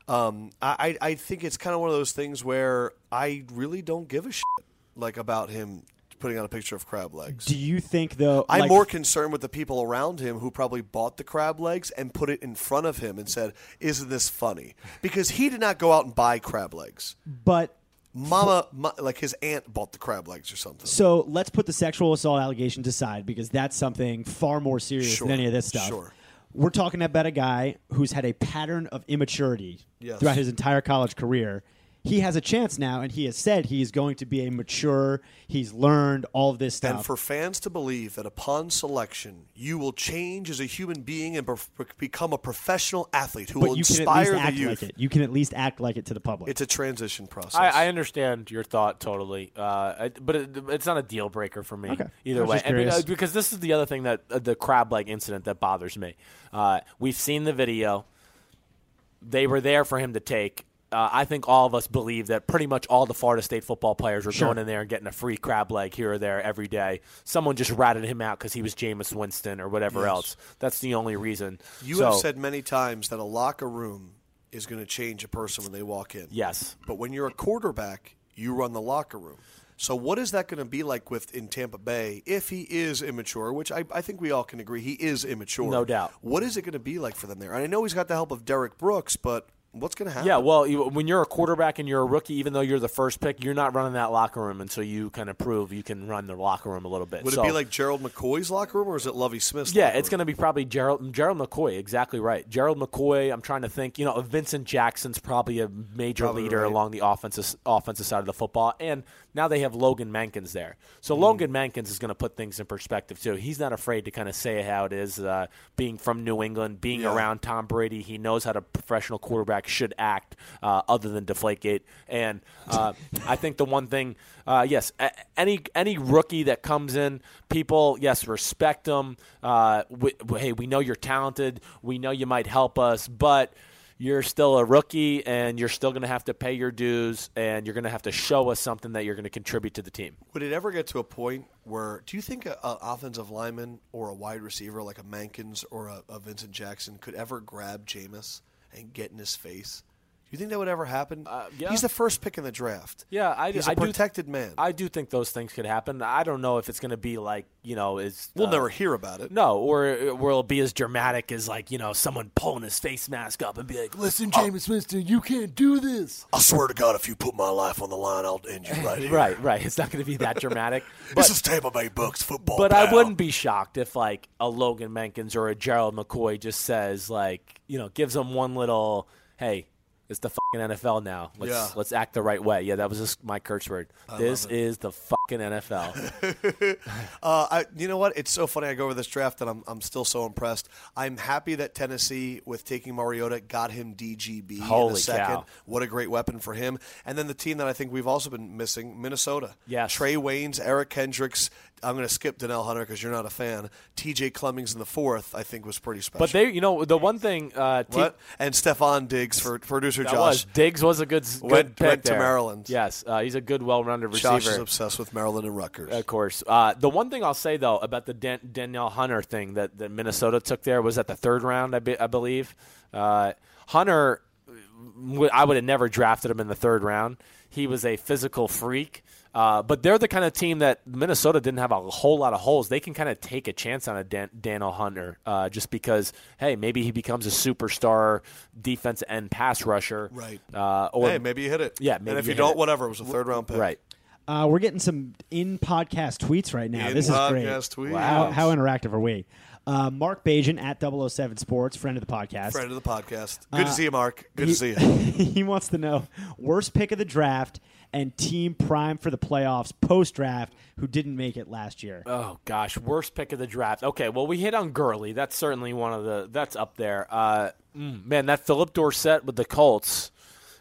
Um, I, I I think it's kind of one of those things where I really don't give a shit like about him putting on a picture of crab legs.
Do you think though?
I'm
like,
more concerned with the people around him who probably bought the crab legs and put it in front of him and said, "Isn't this funny?" Because he did not go out and buy crab legs.
but
Mama, ma- like his aunt bought the crab legs or something.
So let's put the sexual assault allegations aside because that's something far more serious
Sure,
than any of this stuff.
sure.
We're talking about a guy who's had a pattern of immaturity
Yes.
throughout his entire college career. He has a chance now, and he has said he is going to be a mature. He's learned all of this stuff.
And for fans to believe that upon selection, you will change as a human being and bef- become a professional athlete who will
but you can at
inspire
least
the
act
youth.
like it. You can at least act like it to the public.
It's a transition process.
I, I understand your thought totally, uh, I, but it, it's not a deal breaker for me
Okay. I
either
was
way.
just
And be-
curious.
uh, because this is the other thing that uh, the crab leg incident that bothers me. Uh, we've seen the video; they were there for him to take. Uh, I think all of us believe that pretty much all the Florida State football players were going in there and getting a free crab leg here or there every day. Someone just ratted him out because he was Jameis Winston or whatever else. That's the only reason.
you
So,
have said many times that a locker room is going to change a person when they walk in.
yes.
But when you're a quarterback, you run the locker room. So what is that going to be like with in Tampa Bay if he is immature, which I, I think we all can agree he is immature.
No doubt.
What is it going to be like for them there? And I know he's got the help of Derek Brooks, but what's going to happen?
Yeah, well, you, when you're a quarterback and you're a rookie, even though you're the first pick, you're not running that locker room until you kind of prove you can run the locker room a little bit.
Would
So-
it be like Gerald McCoy's locker room or is it Lovey Smith's
Yeah,
locker
it's
room?
going to be probably Gerald Gerald McCoy. Exactly right. Gerald McCoy. I'm trying to think. You know, Vincent Jackson's probably a major
Probably
leader
right.
along the offensive offensive side of the football, and now they have Logan Mankins there. So
Hmm.
Logan Mankins is going to put things in perspective too. He's not afraid to kind of say how it is. Uh, being from New England, being
Yeah.
around Tom Brady, he knows how the professional quarterback should act, uh, other than Deflategate. And uh, I think the one thing, uh, yes, a- any any rookie that comes in, people yes respect them. Uh, we, we- hey, we know you're talented. We know you might help us, but you're still a rookie, and you're still going to have to pay your dues, and you're going to have to show us something that you're going to contribute to the team.
Would it ever get to a point where do you think a, a offensive lineman or a wide receiver like a Mankins or a, a Vincent Jackson could ever grab Jameis and get in his face? Do you think that would ever happen?
Uh, yeah.
He's the first pick in the draft.
Yeah, I,
He's
I
a protected man.
I do think those things could happen. I don't know if it's going to be like you know is
we'll
uh,
never hear about it.
No, or or it'll be as dramatic as like you know someone pulling his face mask up and be like, "Listen,
James Winston, you can't do this. I swear to God, if you put my life on the line, I'll end you
<laughs>
right here.
right, right." It's not going to be that <laughs> dramatic,
this
but
is Tampa Bay Bucks football.
but I
pal.
wouldn't be shocked if like a Logan Mankins or a Gerald McCoy just says like you know gives them one little hey. It's the fucking NFL now. Let's
Yeah.
let's act the right way. Yeah, that was just my curse word. this is the fucking <laughs> NFL.
Uh, I, you know what? It's so funny. I go over this draft and I'm, I'm still so impressed. I'm happy that Tennessee, with taking Mariota, got him DGB in
Holy
the second.
cow.
What a great weapon for him. And then the team that I think we've also been missing, Minnesota.
Yes.
Trey Waynes, Eric Kendricks. I'm going to skip Denell Hunter because you're not a fan. TJ Clemmings in the fourth, I think, was pretty special.
But they, you know, the one thing uh, T-
What? And Stefan Diggs for producer
That
Josh.
was Diggs was a good, good
Went-
pick
went to
there.
Maryland.
Yes, uh, he's a good, well-rounded receiver.
Josh is obsessed with Maryland and Rutgers.
Of course. Uh, the one thing I'll say though about the Dan- Danielle Hunter thing that, that Minnesota took there was at the third round, I, be- I believe. Uh, Hunter, w- I would have never drafted him in the third round. He was a physical freak. Uh, but they're the kind of team that Minnesota didn't have a whole lot of holes. They can kind of take a chance on a Dan- Daniel Hunter uh, just because, hey, maybe he becomes a superstar defense end pass rusher.
Right.
Uh, or
hey, maybe you hit it.
Yeah, maybe
and if
you
you,
hit
don't,
it.
whatever. It was a third round pick.
Right.
Uh, we're getting some in podcast tweets right now. this is great.
In-podcast tweets.
How, how interactive are we? Uh, Mark Bajan at 007 Sports, friend of the podcast.
Friend of the podcast. Good to see you, Mark. Good to see you.
<laughs> he wants to know worst pick of the draft and team prime for the playoffs post draft who didn't make it last year.
Oh gosh, worst pick of the draft. Okay, well we hit on Gurley. That's certainly one of the that's up there. Uh, mm, man, that Philip Dorsett with the Colts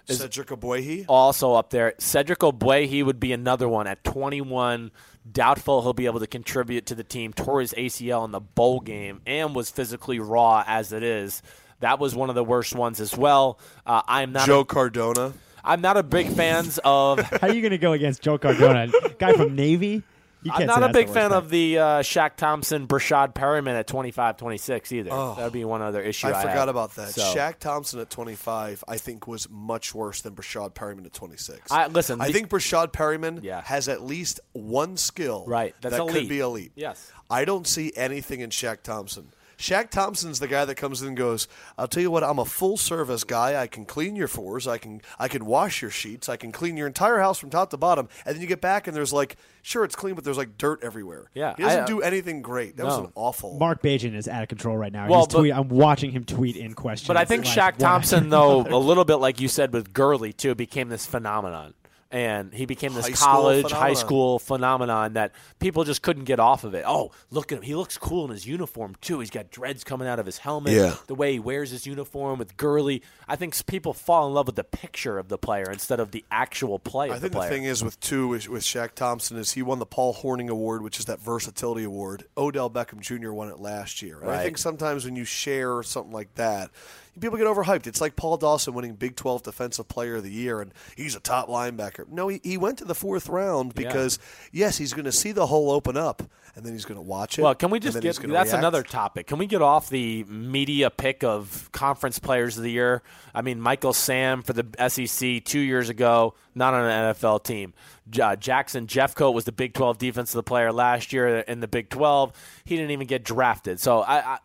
Cedric Aboyhi.
also up there. Cedric Oblehi would be another one at 21. Doubtful he'll be able to contribute to the team. Tore his ACL in the bowl game and was physically raw as it is. That was one of the worst ones as well. Uh, I'm not.
Joe Cardona.
A, I'm not a big fans of.
How are you going to go against
<laughs>
Joe Cardona, guy from Navy? You
I'm
can't say
not a
that's
big
the worst
fan
pick.
of the uh, Shaq Thompson, Brashad Perryman at 25, 26 either. that would be one other issue. I,
Oh. I
have.
forgot about that.
So,
Shaq Thompson at 25, I think, was much worse than Brashad Perryman at 26.
I- listen,
I
the-
think Brashad Perryman
Yeah.
has at least one skill
Right, that's
that
elite.
could be elite.
Yes.
I don't see anything in Shaq Thompson. Shaq Thompson's the guy that comes in and goes, "I'll tell you what, I'm a full service guy. I can clean your floors, I can I can wash your sheets, I can clean your entire house from top to bottom." And then you get back and there's like, sure, it's clean, but there's like dirt everywhere.
Yeah,
he doesn't
I- uh,
do anything great. That was
No.
an awful.
Mark Bajan is out of control right now.
Well,
He's
but-
tweet, I'm watching him tweet in question.
But I think Shaq Thompson,
<laughs>
though, a little bit like you said with Gurley too, became this phenomenon, and he became this
High school
college, high
phenomenon.
school phenomenon that people just couldn't get off of it. Oh, look at him! He looks cool in his uniform too. He's got dreads coming out of his helmet.
Yeah.
the way he wears his uniform with Gurley, I think s- people fall in love with the picture of the player instead of the actual play of
I think
the
the,
player.
thing is with two with with Shaq Thompson is he won the Paul Horning Award, which is that versatility award. Odell Beckham Jr. won it last year. And I think sometimes when you share something like that, people get overhyped. It's like Paul Dawson winning Big Twelve Defensive Player of the Year, and he's a top linebacker. No, he, he went to the fourth round because yes, he's going to see the hole open up, and then he's going to watch it.
Well, can we
and
just
then
get
he's
that's
gonna react.
another topic? Can we get off the media pick of conference players of the year? I mean, Michael Sam for the SEC two years ago, not on an NFL team. J- uh, Jackson Jeffcoat was the Big 12 defensive player last year in the Big 12. He didn't even get drafted. So I, I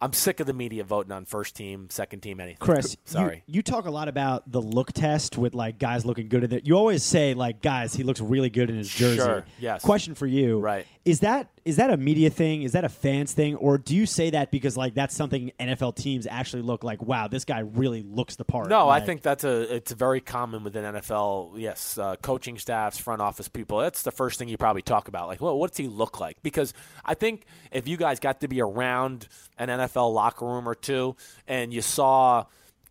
I'm sick of the media voting on first team, second team, anything.
Chris, you-
sorry.
You, talk a lot about the look test with like guys looking good in it. You always say like guys, he looks really good in his jersey.
Sure, yes.
Question for you.
Right.
Is that is that a media thing? Is that a fans thing? Or do you say that because like that's something NFL teams actually look like, wow, this guy really looks the part.
No,
Like,
I think that's a it's very common within NFL. Yes, uh, coaching staffs, front office people. That's the first thing you probably talk about. Like, well, what's he look like? Because I think if you guys got to be around an NFL locker room or two, and you saw.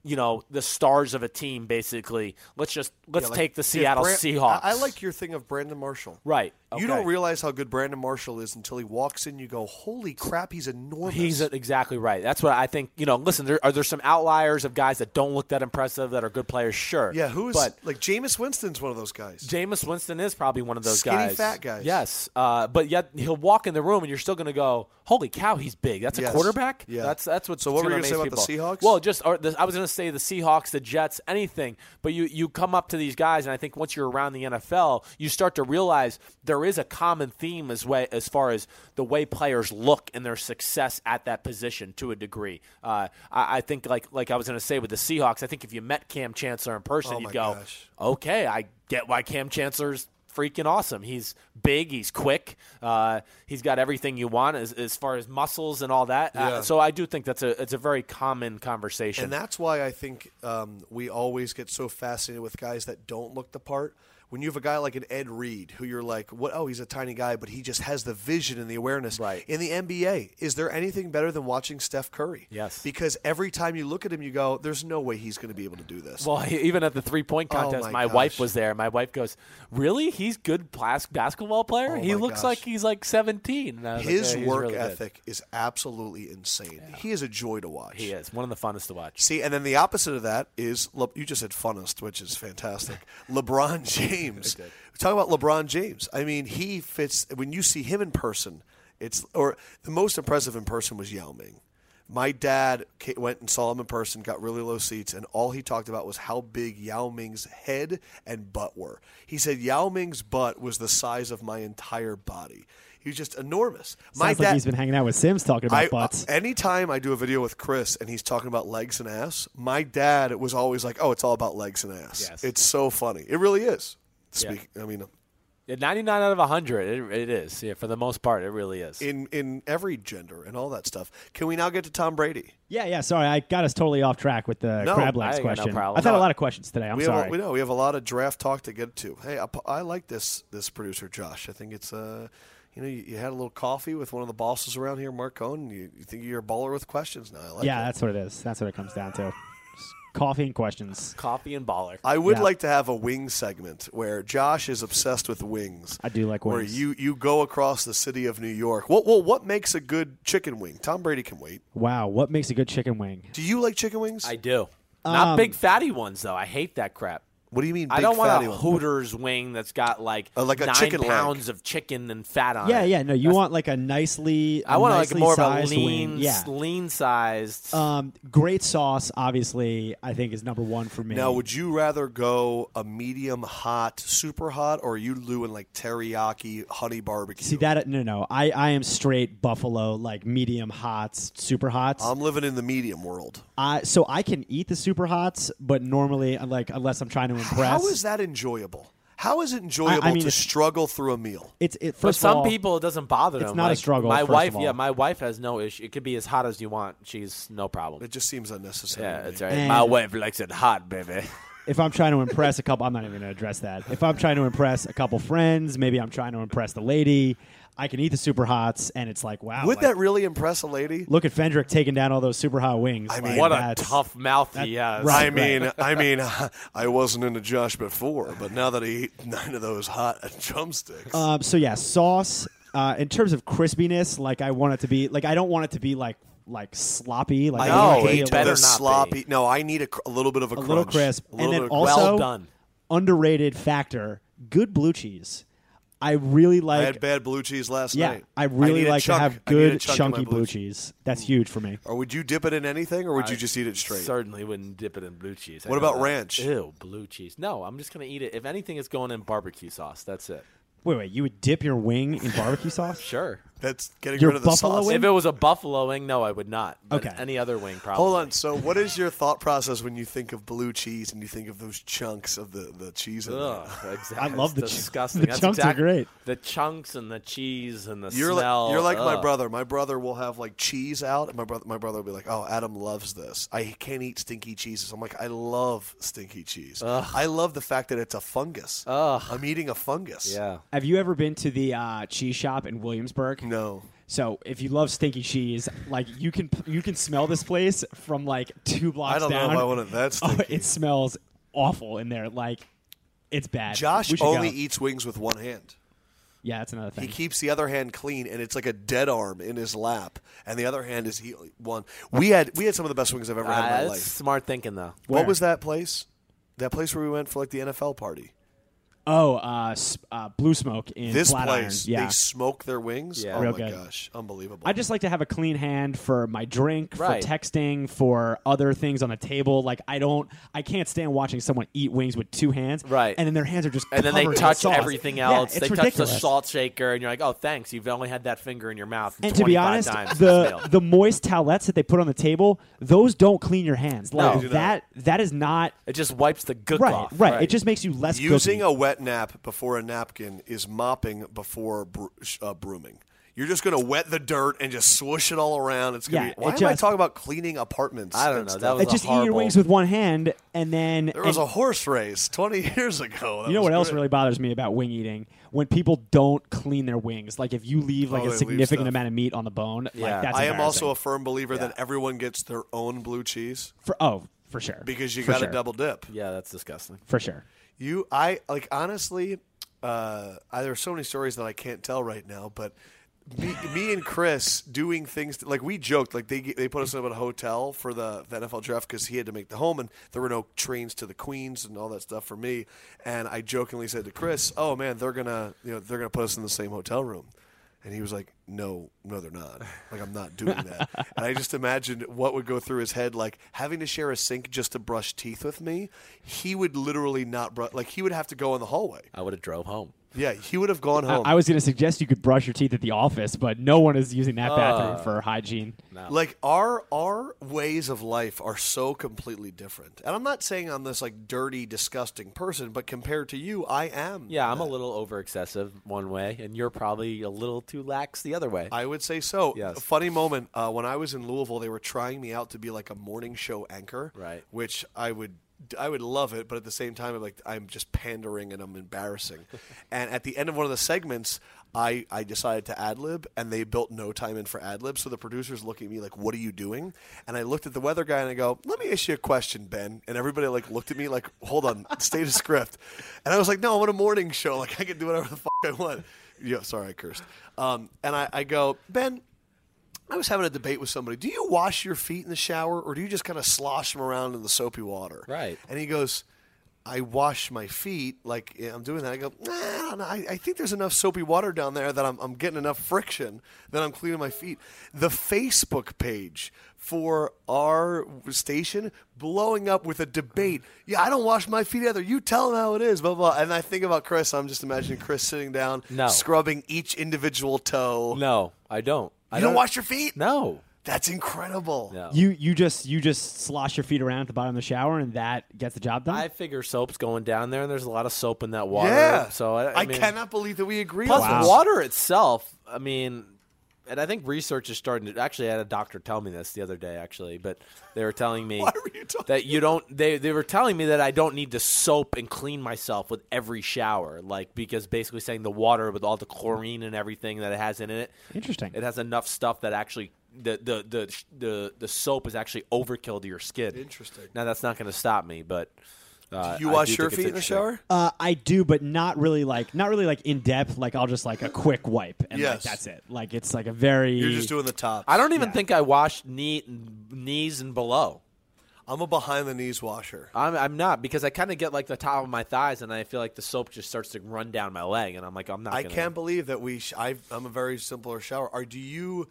You know the stars of a team, basically. Let's just let's
Yeah, like,
take the
if
Seattle
Bran-
Seahawks.
I, I like your thing of Brandon Marshall.
Right,
You
okay.
don't realize how good Brandon Marshall is until he walks in. You go, holy crap, he's enormous.
He's exactly right. That's what I think. You know, listen, there, are there some outliers of guys that don't look that impressive that are good players? Sure.
yeah. Who is
But
like Jameis Winston's one of those guys.
Jameis Winston is probably one of those
Skinny,
guys.
fat guys.
Yes, uh, but yet he'll walk in the room and you're still going to go, "Holy cow, he's big! That's a
Yes.
quarterback."
Yeah.
that's that's what.
So what were you
going to
gonna say about the Seahawks?
Well, just or the, I was going to say the Seahawks, the Jets, anything. But you you come up to these guys, and I think once you're around the NFL, you start to realize there is a common theme as way as far as the way players look and their success at that position to a degree. Uh, I, I think like like I was going to say with the Seahawks, I think if you met Cam Chancellor in person,
Oh
you'd
my
go,
gosh.
okay, I get why Cam Chancellor's freaking awesome. He's big, he's quick, uh, he's got everything you want as, as far as muscles and all that.
Yeah.
Uh, so I do think that's a it's a very common conversation.
And that's why I think um, we always get so fascinated with guys that don't look the part. When you have a guy like an Ed Reed, who you're like, what? Oh, he's a tiny guy, but he just has the vision and the awareness.
Right.
In the NBA, is there anything better than watching Steph Curry?
Yes.
Because every time you look at him, you go, "There's no way he's going to be able to do this."
well, <laughs> even at the three point
Oh
contest,
my
my,
gosh.
wife was there. My wife goes, "Really? He's good plas- basketball player. he
Oh my
looks
gosh.
like he's like 17." And I was like,
His
"Yeah, he's
work
really good."
ethic is absolutely insane. He is a joy to watch.
He is one of the funnest to watch.
See, and then the opposite of that is Le- you just said funnest, which is
<laughs>
fantastic. LeBron James. Talk about LeBron James. I mean, he fits when you see him in person. It's or the most impressive in person was Yao Ming. My dad ca- went and saw him in person, got really low seats, and all he talked about was how big Yao Ming's head and butt were. He said Yao Ming's butt was the size of my entire body. He was just enormous. my
sounds
dad
like he's been hanging out with Sims talking about
I-
butts.
uh, anytime I do a video with Chris and he's talking about legs and ass, my dad was always like, "Oh, it's all about legs and ass."
Yes.
It's so funny. It really is. Speak. I mean,
Yeah, 99 out of 100. It, it is. Yeah, for the most part, it really is.
in in every gender and all that stuff. Can we now get to Tom Brady?
yeah, yeah. Sorry, I got us totally off track with the
No,
crab
I
legs
ain't got no
question.
problem.
I've had
No,
a lot of questions today. I'm
we
sorry.
Have a, we know we have a lot of draft talk to get to. Hey, I, I like this this producer Josh. I think it's uh, you know, you, you had a little coffee with one of the bosses around here, Mark Cohn. And you, you think you're a baller with questions now. I like.
yeah,
it.
that's what it is. That's what it comes down to. Just Coffee and questions.
Coffee and baller.
I would
Yeah.
like to have a wing segment where Josh is obsessed with wings.
I do like
Where
wings.
you, you go across the city of New York. Well, well, what makes a good chicken wing? Tom Brady can wait.
Wow, what makes a good chicken wing?
Do you like chicken wings?
Um,
I do. Not big fatty ones though. I hate that crap.
What do you mean? Big
I don't want
fatty
a
one?
Hooters wing that's got like,
Uh, like a
nine
chicken leg.
pounds of chicken and fat on
Yeah,
it.
yeah. No, you want like a nicely. I
I want like more of a
wing.
lean,
Yeah.
lean sized.
Um, great sauce, obviously, I think is number one for me.
Now, would you rather go a medium hot, super hot, or are you doing like teriyaki, honey barbecue?
see that? No, no. I, I am straight buffalo, like medium hots, super hots.
Um,
I'm living in the medium world.
I so I can eat the super hots, but normally, uh, like unless I'm trying to impress,
How is that enjoyable? How is it enjoyable
mean,
to
it's-
struggle through a meal?
it's it.
but
First of
some
all,
people, it doesn't bother them.
not a
Like,
struggle,
My
first of
wife,
all.
yeah, my wife has no issue. It could be as hot as you want. She's no problem.
It just seems unnecessary. to
yeah,
me.
that's right.
And-
my wife likes it hot, baby. <laughs>
if I'm trying to impress a couple, I'm not even going to address that. If I'm trying to impress a couple friends, maybe I'm trying to impress the lady. I can eat the super hots, and it's like wow.
Would
like,
that really impress a lady?
look at Fendrick taking down all those super hot wings? I
mean,
what a
that's,
tough mouth he has.
right.
I mean, I mean, <laughs> I wasn't into Josh before, but now that he ate nine of those hot <laughs> drumsticks,
Um, so yeah, sauce. Uh, in terms of crispiness, like I want it to be like I don't want it to be like like sloppy. Like
know,
want
No,
it to be
it
a
better
the
little,
not be.
sloppy. No, I need a, cr- a little bit of a,
a little
crunch.
crisp,
a
and
little
then
bit of-
also
Well done.
underrated factor: good blue cheese. I really
I
like.
had bad blue cheese last
yeah,
night.
I really
need a
like
chunk-
to have
I need a
good
chunk in my
chunky blue cheese. That's huge for me.
Or would you dip it in anything, or would you just eat it straight?
Certainly wouldn't dip it in blue cheese. I
What
know
about
that.
ranch?
Ew, blue cheese. No, I'm just gonna eat it. If anything, it's going in barbecue sauce. That's it.
Wait, wait, you would dip your wing in
<laughs>
barbecue sauce?
Sure.
That's getting
Your
rid of the
buffalo
sauce.
wing?
If it was a buffalo wing, no, I would not. But
Okay.
Any other wing, probably.
Hold on. So, what is your thought process when you think of blue cheese and you think of those chunks of the, the cheese? In there?
Ugh, <laughs> exactly.
I love the
It's
chunks.
disgusting.
The
That's
chunks are
exact-
great.
The chunks and the cheese and the
You're
smell.
like you're like my
ugh.
brother. My brother will have like cheese out, and my brother my brother will be like, "Oh, Adam loves this. I can't eat stinky cheeses." I'm like, "I love stinky cheese. I love the fact that it's a fungus. I'm eating a fungus.
Yeah.
Have you ever been to the uh, cheese shop in Williamsburg?
No.
So if you love stinky cheese, like you can you can smell this place from like two blocks
I don't
down.
know if I want it that
<laughs> Oh,
stinky.
it smells awful in there. Like it's bad.
Josh
We should
only
go.
eats wings with one hand.
Yeah, that's another
He
thing.
keeps the other hand clean, and it's like a dead arm in his lap, and the other hand is he one. We had we had some of the best wings I've ever had in my
Uh, that's
life.
smart thinking, though.
Where?
What was that place? That place where we went for like the NFL party.
Oh, uh, s- uh, blue smoke in
This
Flatiron.
place,
Yeah.
they smoke their wings.
Yeah.
Oh
Real
my
good.
gosh, unbelievable!
I just like to have a clean hand for my drink,
Right.
for texting, for other things on the table. Like I don't, I can't stand watching someone eat wings with two hands,
Right.
And then their hands are just
And then they
covered in
touch
sauce.
everything
Yeah,
else.
it's
they touch
ridiculous.
the salt shaker, and you're like, "Oh, thanks. You've only had that finger in your mouth."
And to be
25
honest,
times this meal."
the the moist towelettes that they put on the table, those don't clean your hands.
No.
Like
They do
that, that is not
it just wipes the gook
right,
off.
right. It just makes you less
Using
gooky.
a wet nap before a napkin is mopping before br- sh- uh, brooming. You're just going to wet the dirt and just swoosh it all around. It's gonna
Yeah,
be, why
it
am I
just-
talking about cleaning apartments?
I don't
and
know. That
stuff?
was
It's just
a
eat your
horrible-
wings with one hand, and then
there was
and-
a horse race <laughs> 20 years ago. That
You know
was
what else
great.
really bothers me about wing eating? When people don't clean their wings. Like if you leave
Oh,
like
they
a
leave
significant
stuff.
amount of meat on the bone,
Yeah.
like that's
I am also a
embarrassing.
firm believer that everyone gets their own blue cheese
for oh, for sure.
because you
for
got to
sure.
double dip.
Yeah, that's disgusting.
for sure.
You, I like honestly. Uh, I, there are so many stories that I can't tell right now, but me, me and Chris doing things that- like we joked, like they they put us up at a hotel for the, the NFL draft because he had to make the home, and there were no trains to the Queens and all that stuff for me. And I jokingly said to Chris, "Oh man, they're gonna you know they're gonna put us in the same hotel room." And he was like, "No, no, they're not. Like, I'm not doing that." and I just imagined what would go through his head, like having to share a sink just to brush teeth with me. He would literally not brush. Like, he would have to go in the hallway.
I would have drove home.
Yeah, he would have gone home.
I was going to suggest you could brush your teeth at the office, but no one is using that bathroom for hygiene.
like our our ways of life are so completely different. And I'm not saying I'm this like dirty, disgusting person, but compared to you, I am.
Yeah,
Uh.
I'm a little over excessive one way, and you're probably a little too lax the other way.
I would say so.
Yes.
A funny moment uh, when I was in Louisville, they were trying me out to be like a morning show anchor,
Right.
Which I would. I would love it, but at the same time, I'm like I'm just pandering and I'm embarrassing. and at the end of one of the segments, I, I decided to ad lib, and they built no time in for ad lib. So the producers look at me like, "What are you doing?" And I looked at the weather guy and I go, "Let me ask you a question, Ben." And everybody like looked at me like, "Hold on, <laughs> state of script." And I was like, "No, I'm on a morning show. Like I can do whatever the <laughs> fuck I want." Yeah, sorry, I cursed. Um, and I, I go, Ben, I was having a debate with somebody. Do you wash your feet in the shower or do you just kind of slosh them around in the soapy water?
Right.
And he goes, I wash my feet like yeah, I'm doing that. I go, nah, I, don't know. I, I think there's enough soapy water down there that I'm, I'm getting enough friction that I'm cleaning my feet. The Facebook page for our station blowing up with a debate. Yeah, I don't wash my feet either. You tell them how it is, blah, blah. And I think about Chris. I'm just imagining Chris sitting down,
No.
scrubbing each individual toe.
No, I don't. I
You don't wash your feet?
No.
That's incredible.
No.
You you just you just slosh your feet around at the bottom of the shower and that gets the job done.
I figure soap's going down there, and there's a lot of soap in that water.
Yeah.
So I, I mean-
cannot believe that we agree
Plus,
on
Wow.
this.
water itself, I mean, and I think research is starting to. Actually, I had a doctor tell me this the other day, actually, but they were telling me
<laughs> Why were you talking
that you don't. They, they were telling me that I don't need to soap and clean myself with every shower, like, because basically saying the water with all the chlorine and everything that it has in it,
Interesting.
it has enough stuff that actually. The the, the the the soap is actually overkill to your skin.
Interesting.
Now that's not going to stop me, but uh,
You
I
wash
do
your
think it's
feet in the
interesting.
shower?
Uh, I do, but not really like not really like in depth. Like I'll just like a quick wipe and
Yes.
like that's it. Like it's like a very
You're just doing the top.
Mm. I don't even think I wash knee, knees and below.
I'm a behind the knees washer.
I'm, I'm not because I kind of get like the top of my thighs and I feel like the soap just starts to run down my leg and I'm like I'm not.
I
gonna,
can't believe that we. Sh- i I'm a very simpler shower. Are do you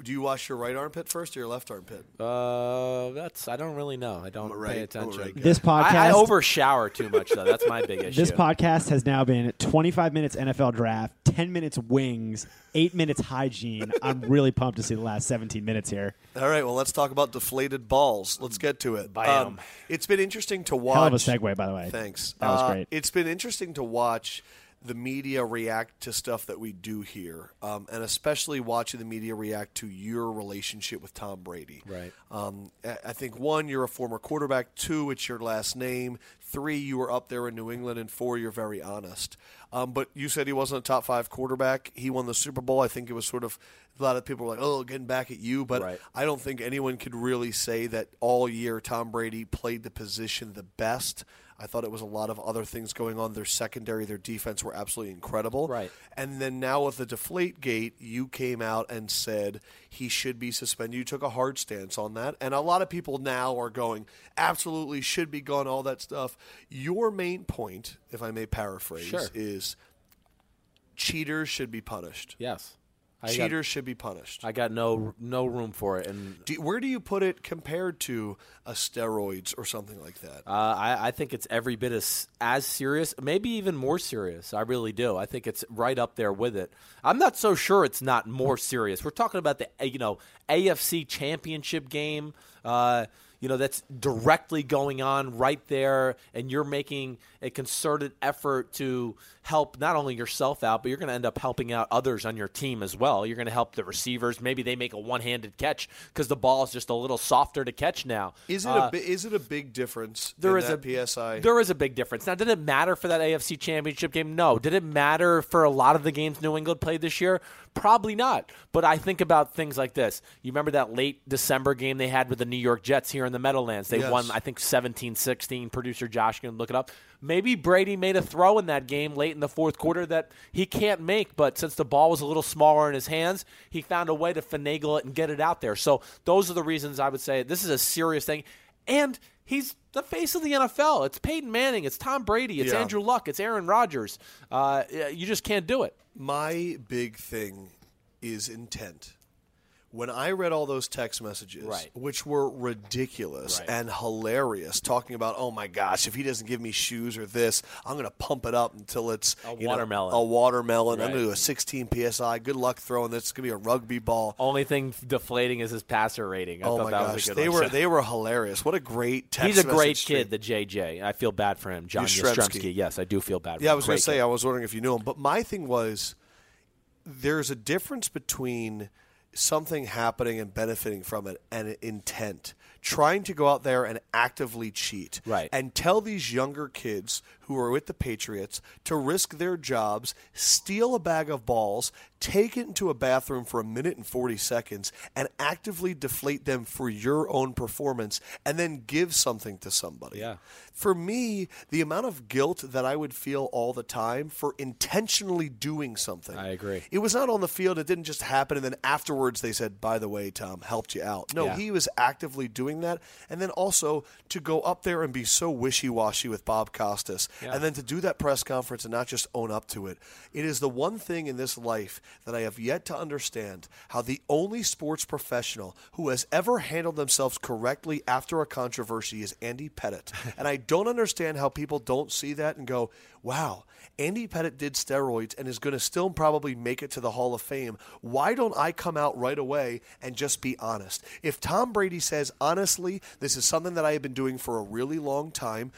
do you wash your right armpit first or your left armpit?
Uh, that's I don't really know. I don't
right- I'm
pay
a
attention.
right guy.
this podcast.
I, I over shower too much though. That's my big issue.
this podcast has now been 25 minutes NFL draft, 10 minutes wings, 8 minutes hygiene. <laughs> I'm really pumped to see the last 17 minutes here.
All right. Well, let's talk about deflated balls. Let's get to it. Um,
Bam.
it's been interesting to
Hell of a
watch.
segue, by the way.
Thanks.
That was
Uh,
great.
It's been interesting to watch the media react to stuff that we do here, um, and especially watching the media react to your relationship with Tom Brady.
Right.
Um, I I think one, you're a former quarterback. Two, it's your last name. Three, you were up there in New England. And four, you're very honest. Um, but you said he wasn't a top five quarterback. He won the Super Bowl. I think it was sort of a lot of people were like, oh, getting back at you. But
Right.
I don't think anyone could really say that all year Tom Brady played the position the best. I thought it was a lot of other things going on. Their secondary, their defense were absolutely incredible.
Right.
And then now with the deflate gate, you came out and said he should be suspended. You took a hard stance on that. And a lot of people now are going, absolutely should be gone, all that stuff. Your main point, if I may paraphrase,
Sure.
is cheaters should be punished.
Yes, I
cheaters should be punished.
Got, I got no no room for it, and
Do, where do you put it compared to a steroids or something like that?
uh, I, I think it's every bit as as serious, maybe even more serious. I really do. I think it's right up there with it. I'm not so sure it's not more serious. We're talking about the uh, you know AFC Championship game. Uh, you know that's directly going on right there, and you're making a concerted effort to help not only yourself out, but you're going to end up helping out others on your team as well. You're going to help the receivers. Maybe they make a one-handed catch because the ball is just a little softer to catch now.
is it
Uh,
a bi- is it a big difference?
there
in
is
that
a
psi.
There is a big difference. Now, did it matter for that AFC Championship game? No. Did it matter for a lot of the games New England played this year? Probably not. But I think about things like this. You remember that late December game they had with the New York Jets here in the Meadowlands? They
Yes.
won, I think, 17-16. Producer Josh can look it up. Maybe Brady made a throw in that game late in the fourth quarter that he can't make, but since the ball was a little smaller in his hands, he found a way to finagle it and get it out there. So those are the reasons I would say this is a serious thing. And he's the face of the NFL. It's Peyton Manning. It's Tom Brady. It's
Yeah.
Andrew Luck. It's Aaron Rodgers. Uh, you just can't do it.
My big thing is intent. When I read all those text messages,
Right.
which were ridiculous
Right.
and hilarious, talking about, oh my gosh, if he doesn't give me shoes or this, I'm going to pump it up until it's
A
you know,
watermelon.
a watermelon. I'm
Right.
going to do a 16 psi. Good luck throwing this. It's going to be a rugby ball.
Only thing deflating is his passer rating. I
oh
thought
my
that
gosh,
was a good
they
<laughs> one.
were they were hilarious. What a great text.
He's a great
message stream.
kid, the JJ. I feel bad for him, John
Yastrzemski.
Yastrzemski. Yes, I do feel bad. for
Yeah, I
him.
was going
Great
to say,
kid.
I was wondering if you knew him. But my thing was there's a difference between something happening and benefiting from it and intent. Trying to go out there and actively cheat.
Right.
And tell these younger kids who are with the Patriots to risk their jobs, steal a bag of balls, take it into a bathroom for a minute and 40 seconds, and actively deflate them for your own performance and then give something to somebody.
Yeah.
For me, the amount of guilt that I would feel all the time for intentionally doing something.
I agree.
It was not on the field. It didn't just happen. And then afterwards, they said, by the way, Tom helped you out. No,
Yeah.
he was actively doing doing that, and then also to go up there and be so wishy washy with Bob Costas, and then to do that press conference and not just own up to it. It is the one thing in this life that I have yet to understand how the only sports professional who has ever handled themselves correctly after a controversy is Andy
<laughs>
Pettit, and I don't understand how people don't see that and go, "Wow." Andy Pettit did steroids and is going to still probably make it to the Hall of Fame. Why don't I come out right away and just be honest? If Tom Brady says, honestly, this is something that I have been doing for a really long time,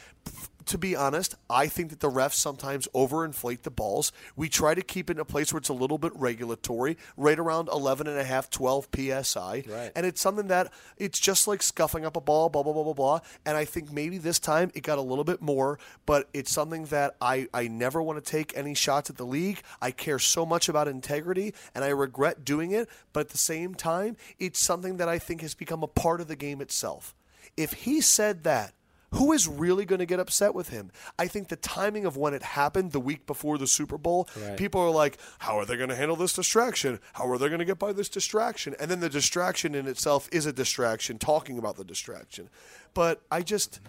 to be honest, I think that the refs sometimes overinflate the balls. We try to keep it in a place where it's a little bit regulatory, right around 11 and a half, 12 PSI. Right. And it's something that it's just like scuffing up a ball, blah, blah, blah, blah, blah. And I think maybe this time it got a little bit more, but it's something that I, I never want to take any shots at the league. I care so much about integrity and I regret doing it. But at the same time, it's something that I think has become a part of the game itself. If he said that, who is really going to get upset with him? I think the timing of when it happened the week before the Super Bowl, people are like, how are they going to handle this distraction? How are they going to get by this distraction? And then the distraction in itself is a distraction, talking about the distraction. But I just,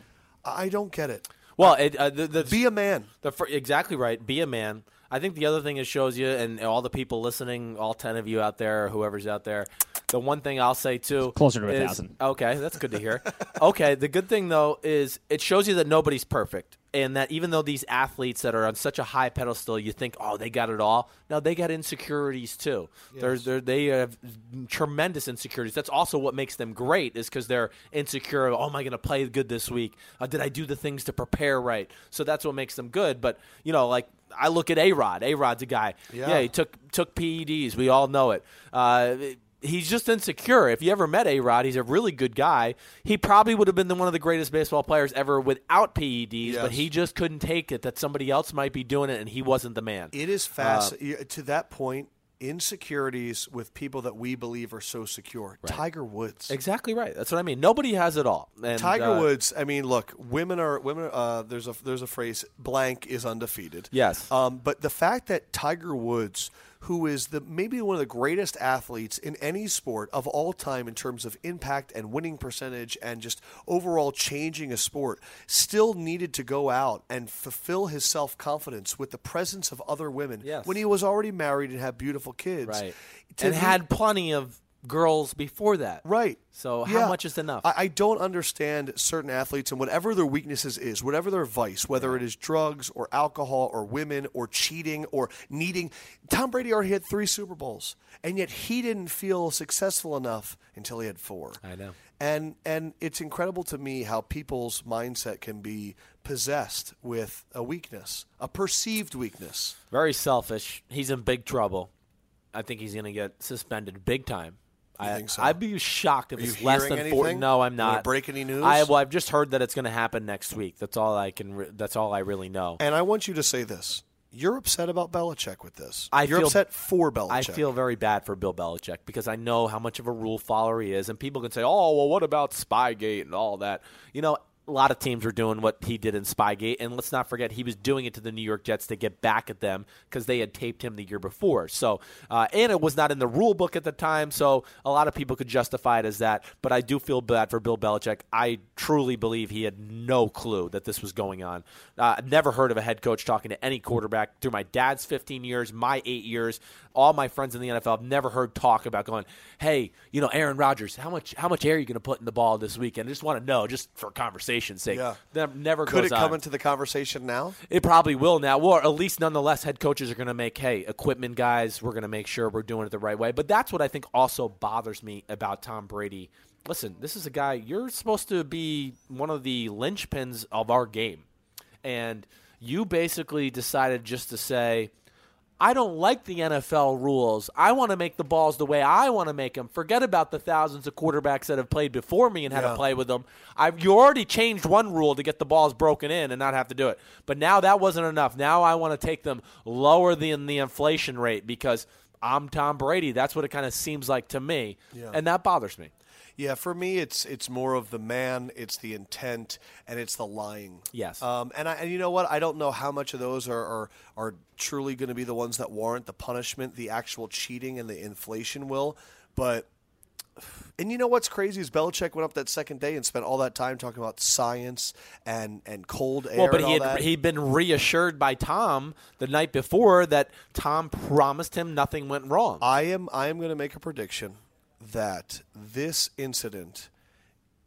I don't get it.
Well, it, uh, the, the,
Be a man.
the fir- exactly right. Be a man. I think the other thing it shows you, and all the people listening, all ten of you out there, or whoever's out there, the one thing I'll say too,
Closer to a
is-
thousand.
Okay, that's good to hear. okay, the good thing though is it shows you that nobody's perfect, and that even though these athletes that are on such a high pedestal, you think, oh, they got it all. No, they got insecurities too. There's they're, they have tremendous insecurities. That's also what makes them great, is because they're insecure. Oh, am I going to play good this week? Uh, did I do the things to prepare right? So that's what makes them good. But you know, like I look at A Rod. A Rod's a guy. Yeah. he took took PEDs. We all know it. Uh, he's just insecure. If you ever met A Rod, he's a really good guy. He probably would have been the, one of the greatest baseball players ever without PEDs,
Yes.
but he just couldn't take it that somebody else might be doing it and he wasn't the man.
It is fast to that point. Insecurities with people that we believe are so secure. Tiger Woods.
exactly right. That's what I mean. Nobody has it all. And,
Tiger
uh,
Woods. I mean, look, women are women. Are, uh, there's a there's a phrase: blank is undefeated.
Yes.
Um, but the fact that Tiger Woods, who is the maybe one of the greatest athletes in any sport of all time in terms of impact and winning percentage and just overall changing a sport, still needed to go out and fulfill his self confidence with the presence of other women
Yes.
when he was already married and had beautiful kids.
Right.
To
And
me-
had plenty of girls before that.
Right.
So how
Yeah.
much is enough?
I, I don't understand certain athletes and whatever their weaknesses is, whatever their vice, whether it is drugs or alcohol or women or cheating or needing. Tom Brady already had three Super Bowls, and yet he didn't feel successful enough until he had four.
I know.
And and it's incredible to me how people's mindset can be possessed with a weakness, a perceived weakness.
Very selfish. He's in big trouble. I think he's going to get suspended big time. I
think so?
I'd be shocked if
you
it's less
hearing
than forty.
anything?
No, I'm
You wanna
not.
break any news?
I well, I've just heard that it's going to happen next week. That's all I can. Re- that's all I really know.
And I want you to say this: you're upset about Belichick with this.
I
you're
feel-
upset for Belichick.
I feel very bad for Bill Belichick because I know how much of a rule follower he is, and people can say, "Oh, well, what about Spygate and all that?" You know, a lot of teams are doing what he did in Spygate, and let's not forget he was doing it to the New York Jets to get back at them because they had taped him the year before. So, uh, and it was not in the rule book at the time, so a lot of people could justify it as that. But I do feel bad for Bill Belichick. I truly believe he had no clue that this was going on. Uh, I've never heard of a head coach talking to any quarterback through my dad's 15 years, my eight years, all my friends in the NFL. I've never heard talk about going, hey, you know, Aaron Rodgers, how much how much air are you going to put in the ball this weekend? I just want to know, just for conversation's sake.
Yeah.
That never
Could it
goes
come
on.
into the conversation now?
It probably will now, or at least nonetheless, head coaches are going to make hey, equipment guys, we're going to make sure we're doing it the right way. But that's what I think also bothers me about Tom Brady. Listen, this is a guy you're supposed to be one of the linchpins of our game, and you basically decided just to say. I don't like the NFL rules. I want to make the balls the way I want to make them. Forget about the thousands of quarterbacks that have played before me and had to play with them. I've, you already changed one rule to get the balls broken in and not have to do it. But now that wasn't enough. Now I want to take them lower than the inflation rate because I'm Tom Brady. That's what it kind of seems like to me. And that bothers me.
Yeah, for me, it's it's more of the man, it's the intent, and it's the lying.
Yes.
Um, and I, and you know what? I don't know how much of those are are, are truly going to be the ones that warrant the punishment, the actual cheating, and the inflation will. But And you know what's crazy is Belichick went up that second day and spent all that time talking about science and and cold air.
Well, but
and
he
all
had
that.
he'd been reassured by Tom the night before that Tom promised him nothing went wrong.
I am I am going to make a prediction that this incident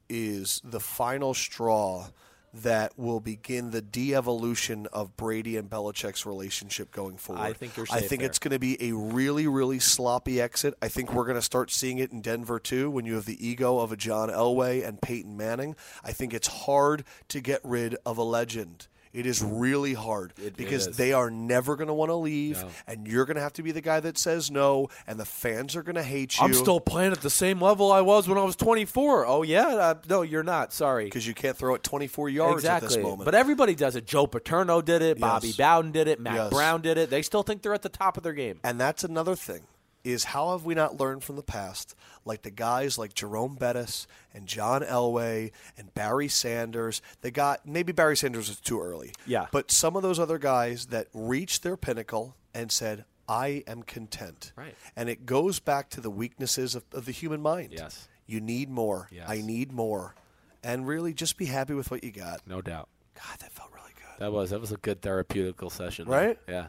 is the final straw that will begin the de-evolution of Brady and Belichick's relationship going forward.
I think you're
I
safe
think
there.
it's going to be a really really sloppy exit. I think we're going to start seeing it in Denver too when you have the ego of a John Elway and Peyton Manning. I think it's hard to get rid of a legend. It is really hard because
is.
they are never going to want to leave and you're going to have to be the guy that says no and the fans are going to hate you.
I'm still playing at the same level I was when I was 24. Oh yeah, uh, no, you're not. Sorry.
because you can't throw it 24 yards
exactly.
at this moment.
But everybody does it. Joe Paterno did it. Bobby
Yes.
Bowden did it. Matt
Yes.
Brown did it. They still think they're at the top of their game.
And that's another thing is how have we not learned from the past like the guys like Jerome Bettis and John Elway and Barry Sanders they got maybe Barry Sanders was too early
Yeah.
but some of those other guys that reached their pinnacle and said I am content
Right.
and it goes back to the weaknesses of, of the human mind
Yes.
you need more
Yes.
I need more and really just be happy with what you got
No doubt.
god that felt really good
That was that was a good therapeutical session.
Right?
Yeah.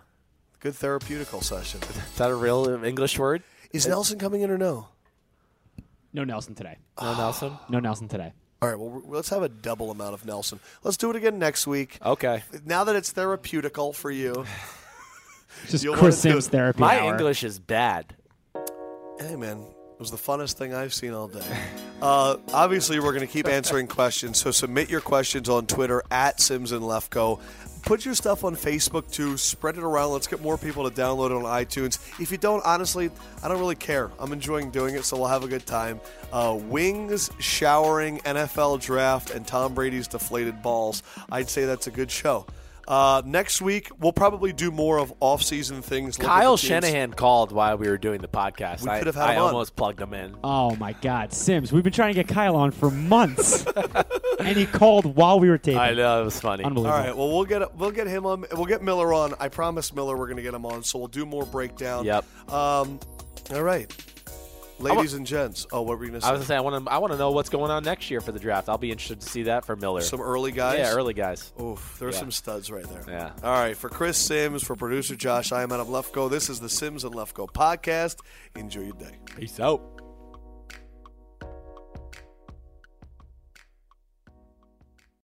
good therapeutical session
Is that a real English
<sighs>
word?
is Nelson coming in or no
No Nelson today.
No, Nelson.
No Nelson today.
All right, well, we're- let's have a double amount of Nelson. Let's do it again next week.
Okay.
Now that it's therapeutical for you,
It's just
You'll
Chris
wanna do
Sims
it.
therapy
My
hour.
English is bad.
hey, man, it was the funnest thing I've seen all day. Uh, obviously, we're going to keep answering questions, so submit your questions on Twitter at Sims and Lefko. Put your stuff on Facebook too. Spread it around. Let's get more people to download it on iTunes. If you don't, honestly, I don't really care. I'm enjoying doing it, so we'll have a good time. Uh, wings, showering, NFL draft, and Tom Brady's deflated balls. I'd say that's a good show. Uh, next week, we'll probably do more of off-season things. look at
Kyle
the teams.
Shanahan called while we were doing the podcast.
We
I,
could have had
I
him on.
almost plugged him in.
Oh my God, Sims! We've been trying to get Kyle on for months, and he called while we were taping.
I know it was funny.
Unbelievable.
All right. Well, we'll get we'll get him on. We'll get Miller on. I promise Miller, we're going to get him on. So we'll do more breakdown.
Yep.
Um. All right, ladies and gents. Oh, what were you going to say?
I was gonna say I want to I want to know what's going on next year for the draft. I'll be interested to see that for Miller.
some early guys.
yeah, early guys.
Oof, there's
Yeah.
some studs right there.
Yeah.
All right, for Chris Sims, for producer Josh, I am Adam Lefko. This is the Sims and Lefko podcast. Enjoy your day.
Peace out.